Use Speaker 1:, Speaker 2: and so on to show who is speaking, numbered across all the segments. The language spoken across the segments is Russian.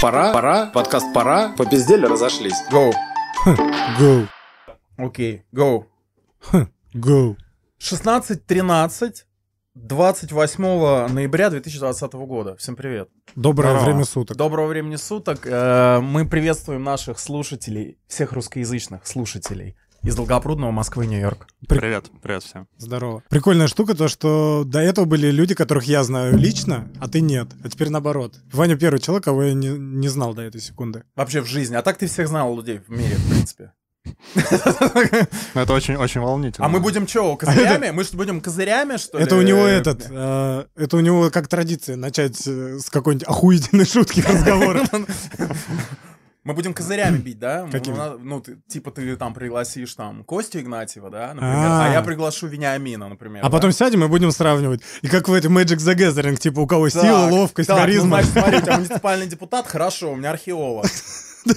Speaker 1: Пора, пора, подкаст пора. По пизделе разошлись.
Speaker 2: Go.
Speaker 3: Go.
Speaker 2: Окей, go.
Speaker 3: Go.
Speaker 2: 16.13, 28 ноября 2020 года. Всем привет.
Speaker 3: Доброе
Speaker 2: Здорово.
Speaker 3: время суток.
Speaker 2: Доброго времени суток. Э, Мы приветствуем наших слушателей, всех русскоязычных слушателей из Долгопрудного, Москвы, Нью-Йорк.
Speaker 4: Привет, привет всем.
Speaker 3: Здорово. Прикольная штука то, что до этого были люди, которых я знаю лично, а ты нет. А теперь наоборот. Ваня первый человек, кого я не, не знал до этой секунды.
Speaker 2: Вообще в жизни. А так ты всех знал людей в мире, в принципе.
Speaker 4: Ну, это очень-очень волнительно.
Speaker 2: А мы будем чего, козырями? Мы что, будем козырями, что ли?
Speaker 3: это у него этот, э, это у него как традиция начать э, с какой-нибудь охуительной шутки разговора.
Speaker 2: Мы будем козырями бить, да? Ну,
Speaker 3: Какими?
Speaker 2: на- Ну, ты- типа ты там пригласишь там Костю Игнатьева, да, например, а
Speaker 3: А.
Speaker 2: я приглашу Вениамина, например.
Speaker 3: А
Speaker 2: да?
Speaker 3: потом сядем и будем сравнивать. И как в этой Magic the Gathering, типа у кого
Speaker 2: Так,
Speaker 3: сила, ловкость,
Speaker 2: так, ну,
Speaker 3: харизма.
Speaker 2: значит, смотри, у тебя муниципальный депутат, хорошо, у меня археолог.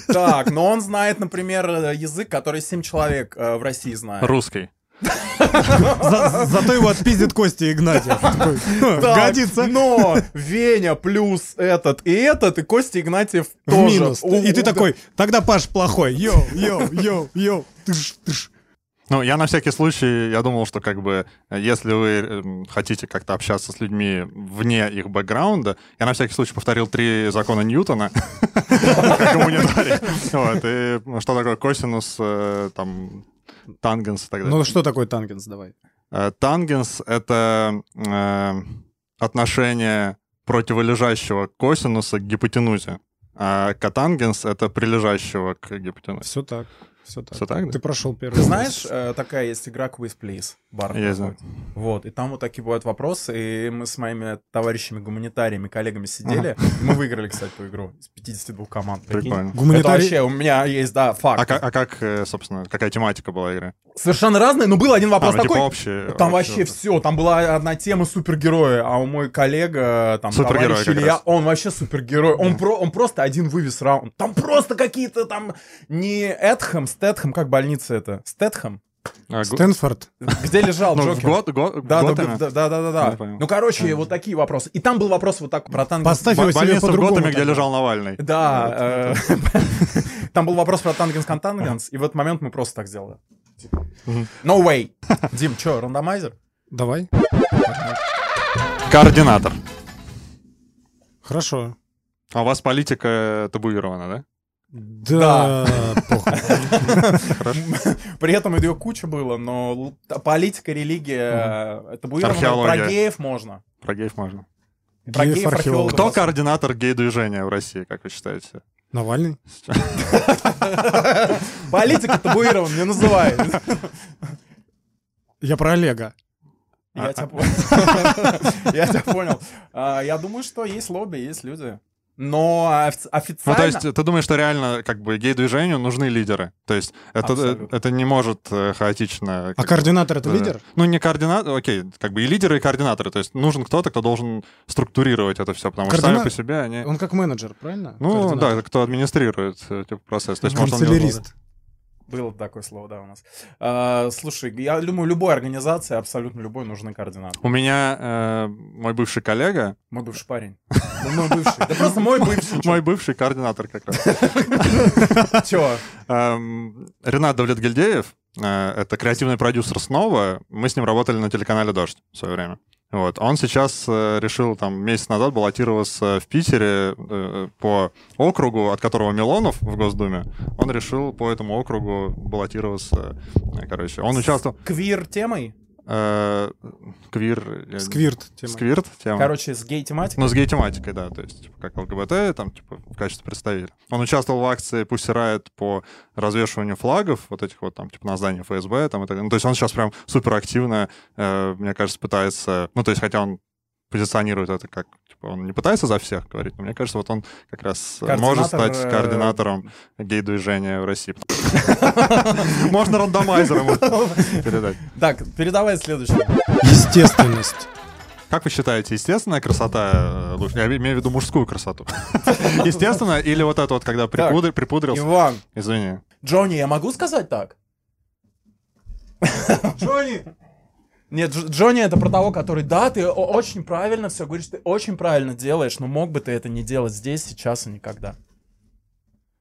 Speaker 2: Так, но он знает, например, э, язык, который 7 человек э, в России знает.
Speaker 4: Русский.
Speaker 3: За- Зато его отпиздит Костя Игнатьев. Такой, «Ха,
Speaker 2: Так,
Speaker 3: Годится.
Speaker 2: Но Веня плюс этот и этот, и Костя Игнатьев
Speaker 3: в
Speaker 2: тоже.
Speaker 3: минус.
Speaker 2: У-
Speaker 3: и ты
Speaker 2: у-
Speaker 3: такой, тогда Паш плохой. Йоу, йоу, йоу, йоу. Тыш, тыш.
Speaker 4: Ну, я на всякий случай, я думал, что как бы, э, если вы эм, хотите как-то общаться с людьми вне их бэкграунда, я на всякий случай повторил три закона Ньютона, как гуманитарий. Вот, и ну, что такое косинус, э, там, тангенс и так далее.
Speaker 3: Ну что такое тангенс, давай.
Speaker 4: Э, Тангенс — это э, отношение противолежащего косинуса к гипотенузе, а катангенс — это прилежащего к гипотенузе.
Speaker 3: Все так. Все так.
Speaker 4: Всё так, да?
Speaker 3: Ты прошел первый.
Speaker 2: Ты
Speaker 3: раз.
Speaker 2: знаешь, э, такая есть игра Quiz Please, бар.
Speaker 4: Я знаю.
Speaker 2: Вот, и там вот такие бывают вопросы, и мы с моими товарищами-гуманитариями, коллегами сидели, и мы выиграли, кстати, эту игру из 52 команд. прикинь.
Speaker 4: Прикольно.
Speaker 2: Это
Speaker 3: Гуманитарий...
Speaker 2: вообще у меня есть, да,
Speaker 4: А,
Speaker 2: факт.
Speaker 4: ка- а как, э, собственно, какая тематика была игры?
Speaker 2: Совершенно разные, но был один вопрос
Speaker 4: А, ну, типа
Speaker 2: такой.
Speaker 4: общая-
Speaker 2: Там
Speaker 4: общая-
Speaker 2: вообще все, там была одна тема супергероя, а у мой коллега, там,
Speaker 4: Супергерой
Speaker 2: товарищ
Speaker 4: как
Speaker 2: Илья,
Speaker 4: раз.
Speaker 2: он вообще супергерой, он, про, он просто один вывез раунд, там просто какие-то там, не Эдхэм, Стэтхэм, как больница это, Стэтхэм,
Speaker 4: А, Го-
Speaker 3: Стэнфорд.
Speaker 2: где лежал
Speaker 4: Ну, в
Speaker 2: Джокер?
Speaker 4: год, год,
Speaker 2: Да, да,
Speaker 4: Готэме.
Speaker 2: да, да, да,
Speaker 4: Я
Speaker 2: да, да.
Speaker 4: понял.
Speaker 2: Ну, короче, вот такие вопросы. И там был вопрос вот так про танк.
Speaker 3: Поставь
Speaker 4: Бо-
Speaker 3: его себе
Speaker 4: Больница в
Speaker 3: по-другому.
Speaker 4: Готэме, где
Speaker 3: тогда.
Speaker 4: лежал Навальный.
Speaker 2: Да, э, там был вопрос про тангенс контангенс, и в этот момент мы просто так сделали. No way. Дим, чё, рандомайзер?
Speaker 3: Давай.
Speaker 4: Координатор.
Speaker 3: Хорошо.
Speaker 4: А у вас политика табуирована,
Speaker 3: Да. похуй.
Speaker 2: При этом ее куча было, но л- та- политика, религия, э, табуировано.
Speaker 4: Археология.
Speaker 2: Про геев можно.
Speaker 4: да? Про геев можно.
Speaker 2: Про геев,
Speaker 3: Геев, археологов.
Speaker 2: археологов.
Speaker 4: Кто координатор гей-движения в России, как вы считаете?
Speaker 3: Навальный.
Speaker 2: Политика табуирована, не называй.
Speaker 3: Я про Олега.
Speaker 2: Я тебя понял. Я тебя понял. А, Я думаю, что есть лобби, есть люди. Но офи-
Speaker 4: Ну, то
Speaker 2: официально...
Speaker 4: есть, ты думаешь, что реально, как бы, гей-движению нужны лидеры? То есть, это, э,
Speaker 2: Абсолютно.
Speaker 4: это не может э, хаотично...
Speaker 3: А
Speaker 4: как бы,
Speaker 3: координатор это
Speaker 4: да.
Speaker 3: лидер?
Speaker 4: Ну, не координатор, окей, как бы и лидеры, и координаторы. То есть, нужен кто-то, кто должен структурировать это все, потому что сами
Speaker 3: Координа-
Speaker 4: по себе они...
Speaker 3: Он как менеджер, правильно?
Speaker 4: Ну,
Speaker 3: Координатор.
Speaker 4: да, кто администрирует э, типа, процесс. То есть, может, он не
Speaker 3: Канцелярист.
Speaker 2: Было такое слово, да, у нас. А, слушай, я думаю, любой организации, абсолютно любой, нужны координаты.
Speaker 4: У меня э, мой бывший коллега,
Speaker 2: Мой бывший парень. Да мой бывший. Да просто мой бывший.
Speaker 4: мой бывший координатор как раз,
Speaker 2: Чё?
Speaker 4: эм, Ренат Давлетгильдеев, э, это креативный продюсер снова, мы с ним работали на телеканале «Дождь» в свое время. Вот. Он сейчас э, решил, там, месяц назад баллотироваться в Питере э, по округу, от которого Милонов в Госдуме. Он решил по этому округу баллотироваться, э, короче. Он участвовал...
Speaker 2: Квир-темой?
Speaker 4: э, квир... э,
Speaker 3: Сквирт. тема.
Speaker 4: Сквирт тема.
Speaker 2: Короче, с гей-тематикой?
Speaker 4: Ну, с гей-тематикой, да, то есть, типа, как ЛГБТ, там, типа, в качестве представителя. Он участвовал в акции «Пусть Riot» по развешиванию флагов, вот этих вот, там, типа, на здании ФСБ, там, и так далее. Ну, то есть он сейчас прям суперактивно, э, мне кажется, пытается... Ну, то есть, хотя он позиционирует это как, типа, он не пытается за всех говорить, но мне кажется, вот он как раз э, может
Speaker 2: Координатор,
Speaker 4: стать
Speaker 2: э,
Speaker 4: координатором гей-движения в России. Можно рандомайзером передать.
Speaker 2: Так, передавай следующее.
Speaker 3: Естественность.
Speaker 4: Как вы считаете, естественная красота э, лучше? Я имею в виду мужскую красоту. Естественно, или вот это вот, когда припудр- припудрился?
Speaker 2: Иван.
Speaker 4: Извини.
Speaker 2: Джонни, я могу сказать так?
Speaker 3: Джонни!
Speaker 2: Нет, Дж- Джонни это про того, который, да, ты о- очень правильно все говоришь, ты очень правильно делаешь, но мог бы ты это не делать здесь, сейчас и никогда.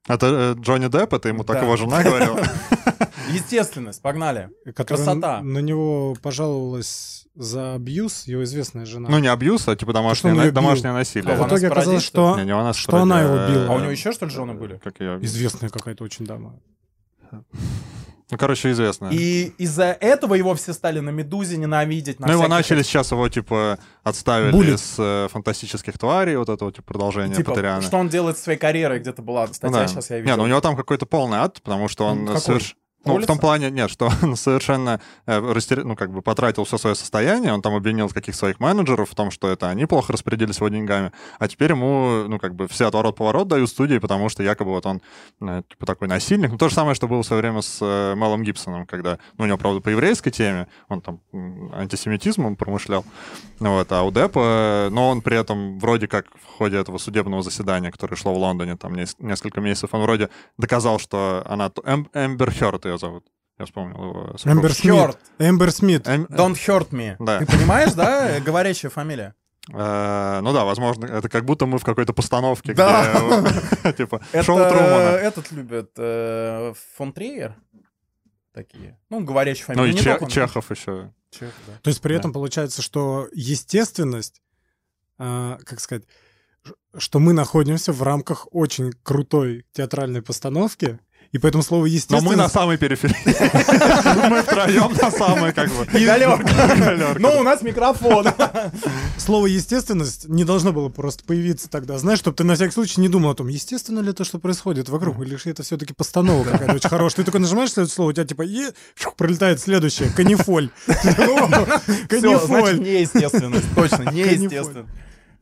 Speaker 4: Это э, Джонни Депп, это ему так
Speaker 2: Да.
Speaker 4: его жена говорила.
Speaker 2: Естественность, погнали.
Speaker 3: которая
Speaker 2: Красота.
Speaker 3: На него пожаловалась за абьюз его известная жена.
Speaker 4: Ну, не абьюз, а типа домашнее,
Speaker 3: он
Speaker 4: на-
Speaker 3: её бил?
Speaker 4: домашнее
Speaker 2: А
Speaker 4: насилие.
Speaker 3: в
Speaker 2: она
Speaker 3: итоге
Speaker 2: с
Speaker 3: оказалось,
Speaker 2: пародией,
Speaker 3: что
Speaker 4: Не, не она,
Speaker 3: что она его била?
Speaker 2: А у него еще, что ли, жены были?
Speaker 4: э, Как ее...
Speaker 3: известная какая-то очень дама.
Speaker 4: Ну, короче, известная.
Speaker 2: И из-за этого его все стали на «Медузе» ненавидеть. на
Speaker 4: Ну, его
Speaker 2: всяких
Speaker 4: начали сейчас его, типа, отставили
Speaker 3: Булит.
Speaker 4: с э, фантастических тварей, вот этого, типа, продолжения
Speaker 2: Типа,
Speaker 4: Патериана.
Speaker 2: что он делает со своей карьерой, где-то была
Speaker 4: Ну
Speaker 2: статья,
Speaker 4: да.
Speaker 2: сейчас а я
Speaker 4: Не,
Speaker 2: видел.
Speaker 4: ну у него там какой-то полный ад, потому что он
Speaker 2: Какой?
Speaker 4: соверш- Ну, в
Speaker 2: Улица?
Speaker 4: том плане, нет, что он совершенно э, растер- ну, как бы потратил все свое состояние, он там обвинил каких своих менеджеров в том, что это они плохо распределились его деньгами, а теперь ему, ну, как бы все отворот-поворот дают студии, потому что якобы вот он, э, типа, такой насильник. Ну, то же самое, что было в свое время с э, Мелом Гибсоном, когда, ну, у него, правда, по еврейской теме, он там м, антисемитизмом промышлял, вот, а у Деппа, но он при этом вроде как в ходе этого судебного заседания, которое шло в Лондоне там нес- несколько месяцев, он вроде доказал, что она... т- Эм- Эмбер Хёрд ее зовут. Я вспомнил его. супругу.
Speaker 3: Эмбер Смит.
Speaker 2: Чёрт!
Speaker 3: Эмбер Смит.
Speaker 4: Эм-
Speaker 2: Don't hurt me.
Speaker 4: Да.
Speaker 2: Ты понимаешь, да, э, говорящая фамилия?
Speaker 4: Э, Ну да, возможно, это как будто мы в какой-то постановке,
Speaker 2: Да.
Speaker 4: где... э, Типа
Speaker 2: Это,
Speaker 4: шоу
Speaker 2: э,
Speaker 4: Трумана.
Speaker 2: Этот любит э, фон Триер. Такие. Ну, говорящая
Speaker 4: Ну
Speaker 2: фамилия.
Speaker 4: и
Speaker 2: не
Speaker 4: Че-
Speaker 2: только он.
Speaker 4: Чехов еще.
Speaker 2: Чех, да.
Speaker 3: То есть при
Speaker 4: Да.
Speaker 3: этом получается, что естественность, а, как сказать, ш- что мы находимся в рамках очень крутой театральной постановки, и поэтому слово
Speaker 4: Но
Speaker 3: естественность...
Speaker 4: мы на самой периферии. Мы втроем на самой, как бы.
Speaker 2: Галерка.
Speaker 4: Галерка.
Speaker 2: Ну, у нас микрофон.
Speaker 3: Слово естественность не должно было просто появиться тогда, знаешь, чтобы ты на всякий случай не думал о том, естественно ли то, что происходит вокруг, или же это все-таки постановка какая-то очень хорошая. Ты такой нажимаешь следующее слово, у тебя типа «е», шух, пролетает следующее, канифоль. Ты такой, «О,
Speaker 2: Все, значит,
Speaker 3: Канифоль.
Speaker 2: неестественность. Точно, неестественно.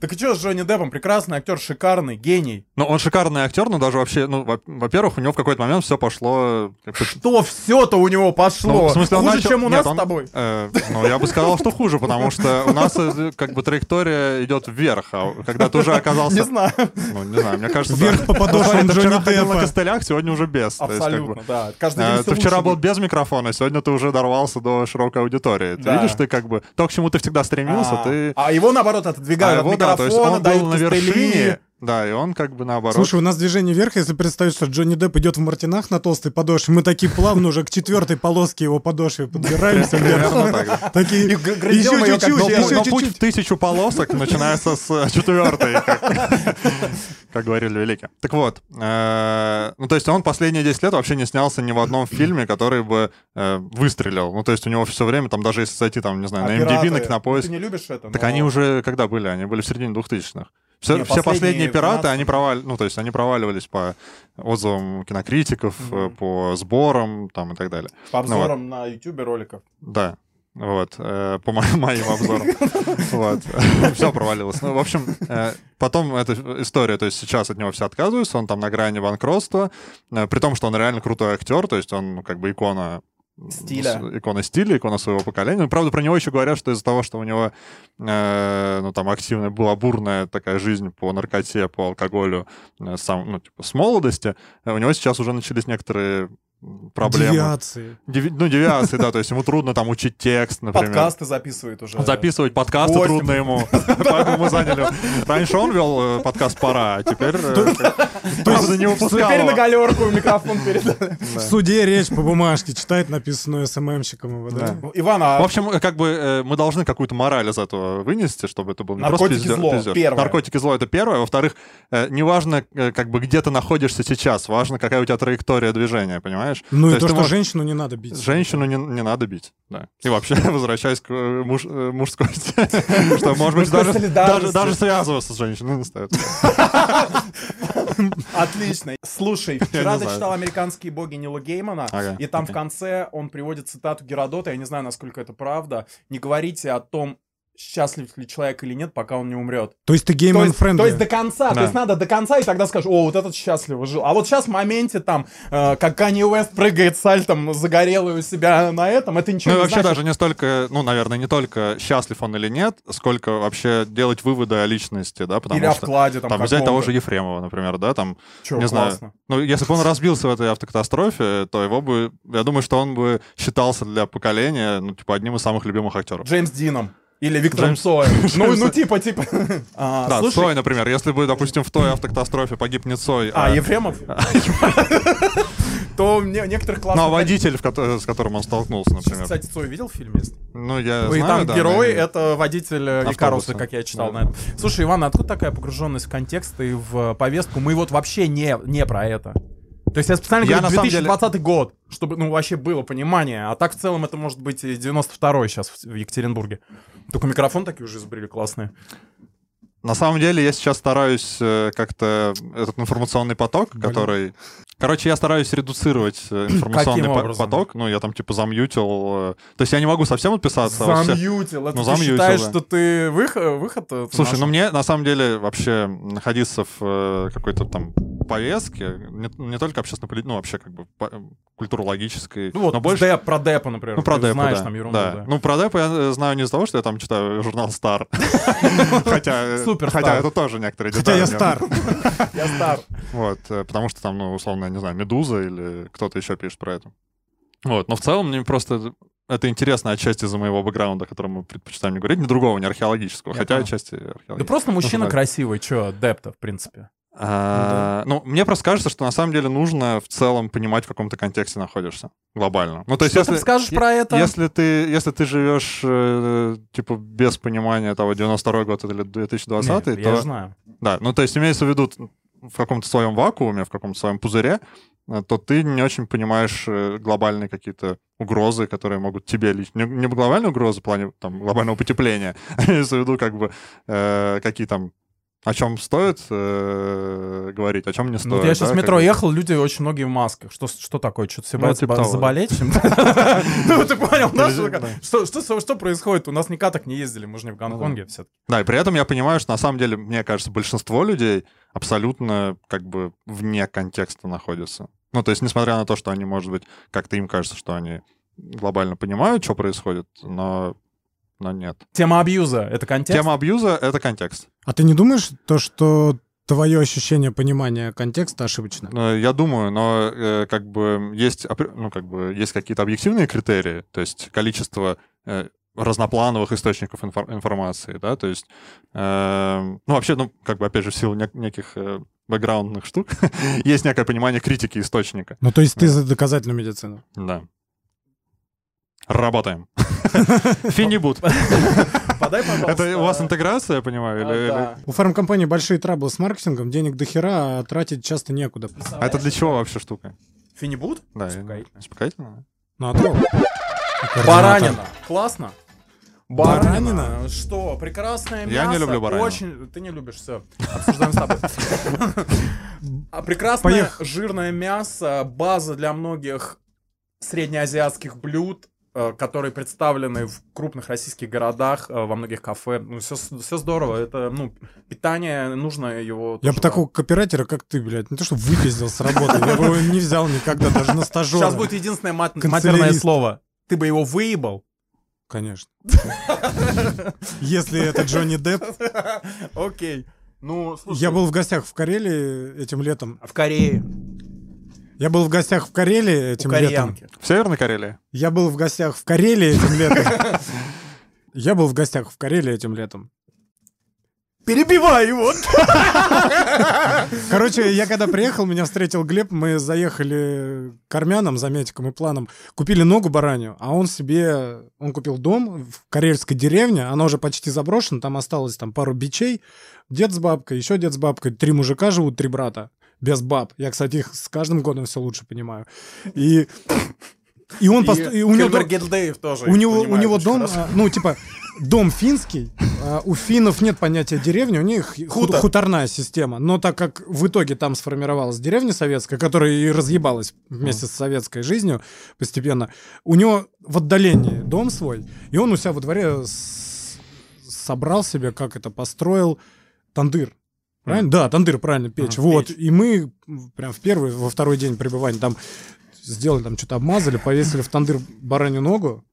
Speaker 2: Так и что с Джонни Деппом? Прекрасный актер, шикарный, гений.
Speaker 4: Ну, он шикарный актер, но даже вообще, ну, во- во-первых, у него в какой-то момент все пошло... как бы,
Speaker 2: Что все-то у него
Speaker 4: ну,
Speaker 2: пошло?
Speaker 4: в смысле, он
Speaker 2: Хуже,
Speaker 4: начал-
Speaker 2: чем у
Speaker 4: Нет,
Speaker 2: нас
Speaker 4: он-
Speaker 2: с тобой.
Speaker 4: э, ну, я бы сказал, что хуже, потому что у нас э, как бы траектория идет вверх, а когда ты уже оказался...
Speaker 2: Не знаю.
Speaker 4: Ну, не знаю, мне кажется...
Speaker 3: Вверх
Speaker 4: да.
Speaker 3: по подошвам
Speaker 4: Ты вчера
Speaker 3: Джонни
Speaker 4: ходил на
Speaker 3: Деппа.
Speaker 4: костылях, сегодня уже без. То есть, как бы,
Speaker 2: Абсолютно, да. Каждый день
Speaker 4: э,
Speaker 2: всё
Speaker 4: Ты вчера
Speaker 2: лучше
Speaker 4: был
Speaker 2: будет.
Speaker 4: без микрофона, сегодня ты уже дорвался до широкой аудитории. Ты
Speaker 2: Да.
Speaker 4: видишь, ты как бы... То, к чему ты всегда стремился,
Speaker 2: а,
Speaker 4: ты...
Speaker 2: а его, наоборот, отодвигают
Speaker 4: А его,
Speaker 2: от
Speaker 4: да, то есть
Speaker 2: микрофона,
Speaker 4: он
Speaker 2: дают
Speaker 4: был на
Speaker 2: костыли.
Speaker 4: вершине, да, и он как бы наоборот.
Speaker 3: Слушай, у нас движение вверх, если представить, что Джонни Депп идет в мартинах на толстой подошве, мы такие плавно уже к четвертой полоске его подошвы подбираемся
Speaker 4: примерно
Speaker 3: вверх.
Speaker 4: так, да.
Speaker 3: Такие,
Speaker 2: И г- грызем
Speaker 3: еще
Speaker 2: ее, как
Speaker 3: чуть-чуть,
Speaker 4: Но, пу- но
Speaker 3: еще
Speaker 4: путь в
Speaker 3: чуть-чуть.
Speaker 4: тысячу полосок начинается с четвертой, как- как говорили великие. Так вот, э, ну то есть он последние 10 лет вообще не снялся ни в одном фильме, который бы э, выстрелил. Ну то есть у него все время, там даже если зайти, там, не знаю, на MDB, на
Speaker 2: Операторы.
Speaker 4: Кинопоиск.
Speaker 2: Ты не любишь это?
Speaker 4: Так
Speaker 2: но-
Speaker 4: они уже когда были? Они были в середине 2000-х. Все,
Speaker 2: Не,
Speaker 4: все последние,
Speaker 2: последние
Speaker 4: пираты,
Speaker 2: 12.
Speaker 4: они провали, ну, то есть они проваливались по отзывам кинокритиков, э,
Speaker 2: Мгм.
Speaker 4: по сборам там и так далее.
Speaker 2: По обзорам на YouTube роликов.
Speaker 4: Да. Вот, э, по мо- моим обзорам. Вот. Все провалилось. Ну, в общем, э, потом эта история, то есть сейчас от него все отказываются, он там на грани банкротства, э, при том, что он реально крутой актер, то есть он ну, как бы икона
Speaker 2: Стиля.
Speaker 4: с- Икона стиля, икона своего поколения. Ну, правда, про него еще говорят, что из-за того, что у него э, ну, там активная была бурная такая жизнь по наркоте, по алкоголю, э, сам, ну, типа, с молодости, э, у него сейчас уже начались некоторые м, проблемы.
Speaker 3: Девиации.
Speaker 4: Деви- Ну, девиации, да, то есть ему трудно там учить текст, например.
Speaker 2: Подкасты записывает уже.
Speaker 4: Записывать подкасты
Speaker 2: Восемь.
Speaker 4: трудно ему. Поэтому мы заняли. Раньше он вел э, подкаст «Пора», а теперь э, правда, не упускал
Speaker 2: Теперь на
Speaker 4: его.
Speaker 2: галерку микрофон передали.
Speaker 3: В суде речь по бумажке читает написанную СММщиком его, да?
Speaker 2: Ну, Иван,
Speaker 4: В
Speaker 2: а
Speaker 4: общем, э, как бы э, мы должны какую-то мораль из этого вынести, чтобы это было не просто
Speaker 2: Наркотики
Speaker 4: пизде-
Speaker 2: зло,
Speaker 4: пиздеж.
Speaker 2: первое.
Speaker 4: Наркотики зло это первое. Во-вторых, э, неважно, э, как бы где ты находишься сейчас, важно, какая у тебя траектория движения, понимаешь?
Speaker 3: Ну и
Speaker 4: есть
Speaker 3: то,
Speaker 4: ты
Speaker 3: что
Speaker 4: можешь-
Speaker 3: женщину не надо бить.
Speaker 4: Женщину не, не надо бить, да. И вообще, возвращаясь к э, муж- э, мужской теме, что, может быть,
Speaker 2: Мужской
Speaker 4: даже- даже
Speaker 2: солидарности.
Speaker 4: даже связываться с женщиной не стоит.
Speaker 2: отлично. Слушай,
Speaker 4: Я
Speaker 2: вчера
Speaker 4: не знаю.
Speaker 2: дочитал «Американские боги» Нила Геймана,
Speaker 4: Ага,
Speaker 2: и там в
Speaker 4: окей.
Speaker 2: конце он приводит цитату Геродота, я не знаю, насколько это правда. «Не говорите о том, счастлив ли человек или нет, пока он не умрет.
Speaker 3: То есть ты
Speaker 2: То
Speaker 3: гейман
Speaker 2: есть, то есть до
Speaker 3: френдли.
Speaker 2: конца,
Speaker 4: Да.
Speaker 2: то есть надо до конца, и тогда скажешь, о, вот этот счастливо жил. А вот сейчас в моменте там, э, как Канье Уэст прыгает сальтом загорелый у себя на этом, это ничего
Speaker 4: Ну и
Speaker 2: не
Speaker 4: вообще
Speaker 2: значит.
Speaker 4: даже не столько, ну, наверное, не только счастлив он или нет, сколько вообще делать выводы о личности, да, потому
Speaker 2: Или о
Speaker 4: что...
Speaker 2: вкладе там
Speaker 4: Там взять того же
Speaker 2: каком-то.
Speaker 4: Ефремова, например, да, там,
Speaker 2: Чё,
Speaker 4: не
Speaker 2: классно.
Speaker 4: знаю. Ну, если бы он разбился в этой автокатастрофе, то его бы, я думаю, что он бы считался для поколения, ну, типа, одним из самых любимых актеров.
Speaker 2: Джеймс Дином. Или Виктором
Speaker 4: Джеймс-
Speaker 2: Цоем. Ну,
Speaker 4: Джеймс-
Speaker 2: ну, типа, типа. А,
Speaker 4: Да,
Speaker 2: слушай,
Speaker 4: Цой, например. Если бы, допустим, в той автокатастрофе погиб не Цой,
Speaker 2: А,
Speaker 4: а,
Speaker 2: Ефремов? То мне некоторых
Speaker 4: ну,
Speaker 2: классных...
Speaker 4: а водитель, в кото- с которым он столкнулся, например.
Speaker 2: Кстати, Цой видел в фильме?
Speaker 4: Ну, я
Speaker 2: И
Speaker 4: знаю,
Speaker 2: там
Speaker 4: да,
Speaker 2: герой —
Speaker 4: но-
Speaker 2: это водитель э,
Speaker 4: Автобуса.
Speaker 2: Икаруса, как я читал,
Speaker 4: Да.
Speaker 2: наверное. Слушай, Иван, а откуда такая погруженность в контекст и в э, повестку? Мы вот вообще не, не про это. То есть я специально
Speaker 4: Я
Speaker 2: говорю
Speaker 4: на самом деле-
Speaker 2: 2020 год, чтобы, ну, вообще было понимание. А так в целом это может быть и 92-й сейчас в в Екатеринбурге. Только микрофон такие уже изобрели классные.
Speaker 4: На самом деле, я сейчас стараюсь э, как-то этот информационный поток, который... Короче, я стараюсь редуцировать э, информационный
Speaker 2: Каким
Speaker 4: по-
Speaker 2: образом?
Speaker 4: поток. Ну, я там типа замьютил. э, То есть я не могу совсем отписаться. во всех-
Speaker 2: Замьютил. Это
Speaker 4: Ну,
Speaker 2: ты
Speaker 4: замьютил,
Speaker 2: считаешь,
Speaker 4: да.
Speaker 2: что ты выход? выход э,
Speaker 4: Слушай,
Speaker 2: наш-
Speaker 4: ну мне на самом деле вообще находиться в э, какой-то там повестке, не, не только общественно ну вообще как бы по- культурологической,
Speaker 2: Ну вот,
Speaker 4: но больше...
Speaker 2: Деп- про Депа, например.
Speaker 4: Ну, про
Speaker 2: ты
Speaker 4: Деппа,
Speaker 2: знаешь
Speaker 4: да.
Speaker 2: там ерунду,
Speaker 4: Да.
Speaker 2: да.
Speaker 4: Ну, про Деппа я э, знаю не из-за того, что я там читаю журнал Стар. Хотя, э,
Speaker 2: Супер
Speaker 4: хотя
Speaker 2: Стар.
Speaker 4: это тоже некоторые
Speaker 3: Хотя
Speaker 4: детали.
Speaker 3: я стар.
Speaker 2: Я стар.
Speaker 4: Вот, э, потому что там, ну, условно, я не знаю, Медуза или кто-то еще пишет про это. Вот, но в целом мне просто это интересно отчасти из-за моего бэкграунда, о котором мы предпочитаем не говорить, ни другого, не археологического,
Speaker 2: Я
Speaker 4: хотя
Speaker 2: понял. Ну,
Speaker 4: отчасти
Speaker 2: Да
Speaker 4: археологического.
Speaker 2: просто мужчина
Speaker 4: да.
Speaker 2: красивый, чё, Депта, в принципе.
Speaker 4: А, Ну, мне просто кажется, что на самом деле нужно в целом понимать, в каком ты контексте находишься глобально. Ну, то есть,
Speaker 2: Что ты
Speaker 4: если,
Speaker 2: скажешь
Speaker 4: е-
Speaker 2: про это?
Speaker 4: если ты, если ты живешь, э, типа, без понимания того, 92-й год или 2020
Speaker 2: Не,
Speaker 4: то...
Speaker 2: Я знаю.
Speaker 4: Да, ну то есть имеется в виду т- в каком-то своем вакууме, в каком-то своем пузыре, э, то ты не очень понимаешь э, глобальные какие-то угрозы, которые могут тебе лично... Не, не глобальные угрозы в плане там, глобального потепления, а имеется в виду как бы э, какие там... О чем стоит э, говорить, о чем не стоит.
Speaker 2: Ну, вот я сейчас
Speaker 4: да,
Speaker 2: в метро
Speaker 4: как бы.
Speaker 2: ехал, люди очень многие в масках. Что, что такое? Что-то все
Speaker 4: Ну,
Speaker 2: боятся
Speaker 4: типа
Speaker 2: ба-
Speaker 4: того, да.
Speaker 2: заболеть чем-то? Ну, ты понял, да? что
Speaker 4: Да. Ну
Speaker 2: такое? Что- Что что- что происходит? У нас никак так не ездили, мы же не в Гонконге все
Speaker 4: Да, и при этом я понимаю, что на самом деле, мне кажется, большинство людей абсолютно как бы вне контекста находятся. Ну, то есть, несмотря на то, что они, может быть, как-то им кажется, что они глобально понимают, что происходит, но, но нет.
Speaker 2: Тема абьюза — это контекст?
Speaker 4: Тема абьюза — это контекст.
Speaker 3: А ты не думаешь, то, что твое ощущение понимания контекста ошибочно?
Speaker 4: Ну, Я думаю, но э, как бы есть, опре- ну, как бы есть какие-то объективные критерии, то есть количество э, разноплановых источников инфор- информации, да, то есть, э, ну, вообще, ну, как бы, опять же, в силу нек- неких э, бэкграундных штук, есть некое понимание критики источника,
Speaker 3: Ну, то есть ты за доказательную медицину.
Speaker 4: да. Работаем. Финибут.
Speaker 2: Подай, пожалуйста.
Speaker 4: Это у вас интеграция, я понимаю?
Speaker 2: Э,
Speaker 4: или-
Speaker 2: да.
Speaker 4: или-
Speaker 3: У фармкомпании большие траблы с маркетингом, денег до хера, а тратить часто некуда.
Speaker 4: А это для чего вообще штука?
Speaker 2: Финибут?
Speaker 4: Да,
Speaker 2: Успокоительно.
Speaker 4: успокоительно.
Speaker 3: На отвал.
Speaker 2: Баранина. Классно.
Speaker 3: Баранина?
Speaker 2: Что, прекрасное мясо.
Speaker 4: Я не люблю баранину.
Speaker 2: Очень... Ты не любишь, все. Обсуждаем с тобой. А Прекрасное
Speaker 3: Поехали.
Speaker 2: жирное мясо, база для многих среднеазиатских блюд, э, которые представлены в крупных российских городах, э, во многих кафе. Ну, все, все здорово. Это, ну, питание, нужно его...
Speaker 3: Я
Speaker 2: тоже
Speaker 3: бы такого копирайтера, как ты, блядь, не то что выпиздил с работы, я бы его не взял никогда, даже на стажера.
Speaker 2: Сейчас будет единственное мат- матерное
Speaker 3: Канцелярист.
Speaker 2: слово. Ты бы его выебал.
Speaker 3: Конечно. Если это Джонни Депп.
Speaker 2: Окей. Ну, слушай. А
Speaker 3: Я был в гостях в Карелии этим летом.
Speaker 2: В Корее.
Speaker 3: Я был в гостях в Карелии этим
Speaker 2: у
Speaker 3: летом.
Speaker 2: кореянки.
Speaker 4: В Северной Карелии?
Speaker 3: Я был в гостях в Карелии этим летом. Я был в гостях в Карелии этим летом.
Speaker 2: Перебивай его!
Speaker 3: Короче, я когда приехал, меня встретил Глеб, мы заехали к армянам, заметиком и планом, купили ногу баранью, а он себе, он купил дом в карельской деревне, она уже почти заброшена, там осталось там пару бичей, дед с бабкой, еще дед с бабкой, три мужика живут, три брата, без баб. Я, кстати, их с каждым годом все лучше понимаю. И, и он... пост- и у него дом-
Speaker 2: тоже.
Speaker 3: у него, у него дом, а, ну, типа, дом финский, а у финнов нет понятия деревни, у них ху-
Speaker 2: Хутор.
Speaker 3: хуторная система. Но так как в итоге там сформировалась деревня советская, которая и разъебалась вместе с советской жизнью постепенно, у него в отдалении дом свой, и он у себя во дворе с- собрал себе, как это, построил тандыр. Правильно? Да, тандыр, правильно, печь.
Speaker 2: Мгм,
Speaker 3: вот.
Speaker 2: печь.
Speaker 3: И мы м, прям в первый, во второй день пребывания там сделали, там что-то обмазали, повесили в тандыр баранью ногу.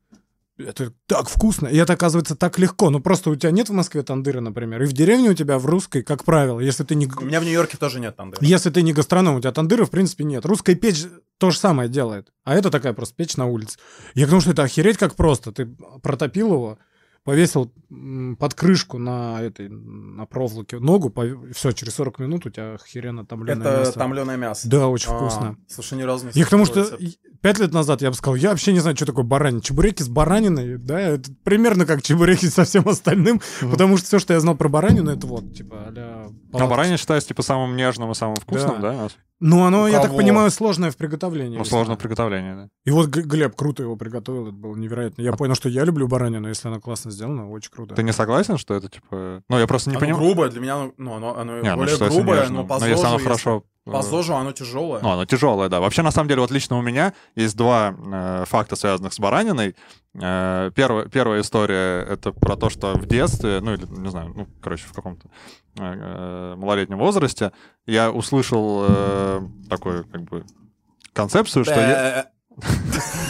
Speaker 3: Это так вкусно. И это, оказывается, так легко. Ну, просто у тебя нет в Москве тандыра, например. И в деревне у тебя в русской, как правило, если ты не...
Speaker 2: У меня в Нью-Йорке тоже нет тандыра.
Speaker 3: Если ты не гастроном, у тебя тандыра, в принципе, нет. Русская печь то же самое делает. А это такая просто печь на улице. Я к тому, что это охереть как просто. Ты протопил его, повесил м, под крышку на этой, на проволоке ногу, все, через 40 минут у тебя херена там
Speaker 2: Это томленое мясо.
Speaker 3: Да, очень
Speaker 2: А,
Speaker 3: вкусно.
Speaker 2: Слушай, ни разу не
Speaker 3: Я к тому,
Speaker 2: слышал
Speaker 3: что
Speaker 2: рецепт.
Speaker 3: и- пять лет назад я бы сказал, я вообще не знаю, что такое баранин. Чебуреки с бараниной, да, это примерно как чебуреки со всем остальным, потому что все, что я знал про баранину, это вот, типа, а-ля...
Speaker 4: А
Speaker 3: палатки.
Speaker 4: баранина считается, типа, самым нежным и самым вкусным, да? а
Speaker 3: Ну, оно,
Speaker 2: У
Speaker 3: я так
Speaker 2: кого?
Speaker 3: понимаю, сложное в приготовлении.
Speaker 4: Ну, сложно приготовление, да.
Speaker 3: И вот Г- Глеб круто его приготовил, это было невероятно. Я понял, что я люблю баранину, если она классно сделана, очень круто.
Speaker 4: А Ты не согласен, что это, типа... Ну, я просто не
Speaker 2: Оно
Speaker 4: понимаю.
Speaker 2: грубое для меня, ну, оно, оно
Speaker 4: Не, оно
Speaker 2: более
Speaker 4: считается
Speaker 2: грубое,
Speaker 4: нежным.
Speaker 2: но по
Speaker 4: Но если оно
Speaker 2: зожу,
Speaker 4: хорошо... э,
Speaker 2: по зожу оно тяжелое.
Speaker 4: Ну, оно тяжелое, да. Вообще, на самом деле, вот лично у меня есть два э, факта, связанных с бараниной. Э, первая, первая история — это про то, что в детстве, ну, или, не знаю, ну, короче, в каком-то э, э, малолетнем возрасте я услышал э, такую, как бы, концепцию, что... я-
Speaker 2: Бэ.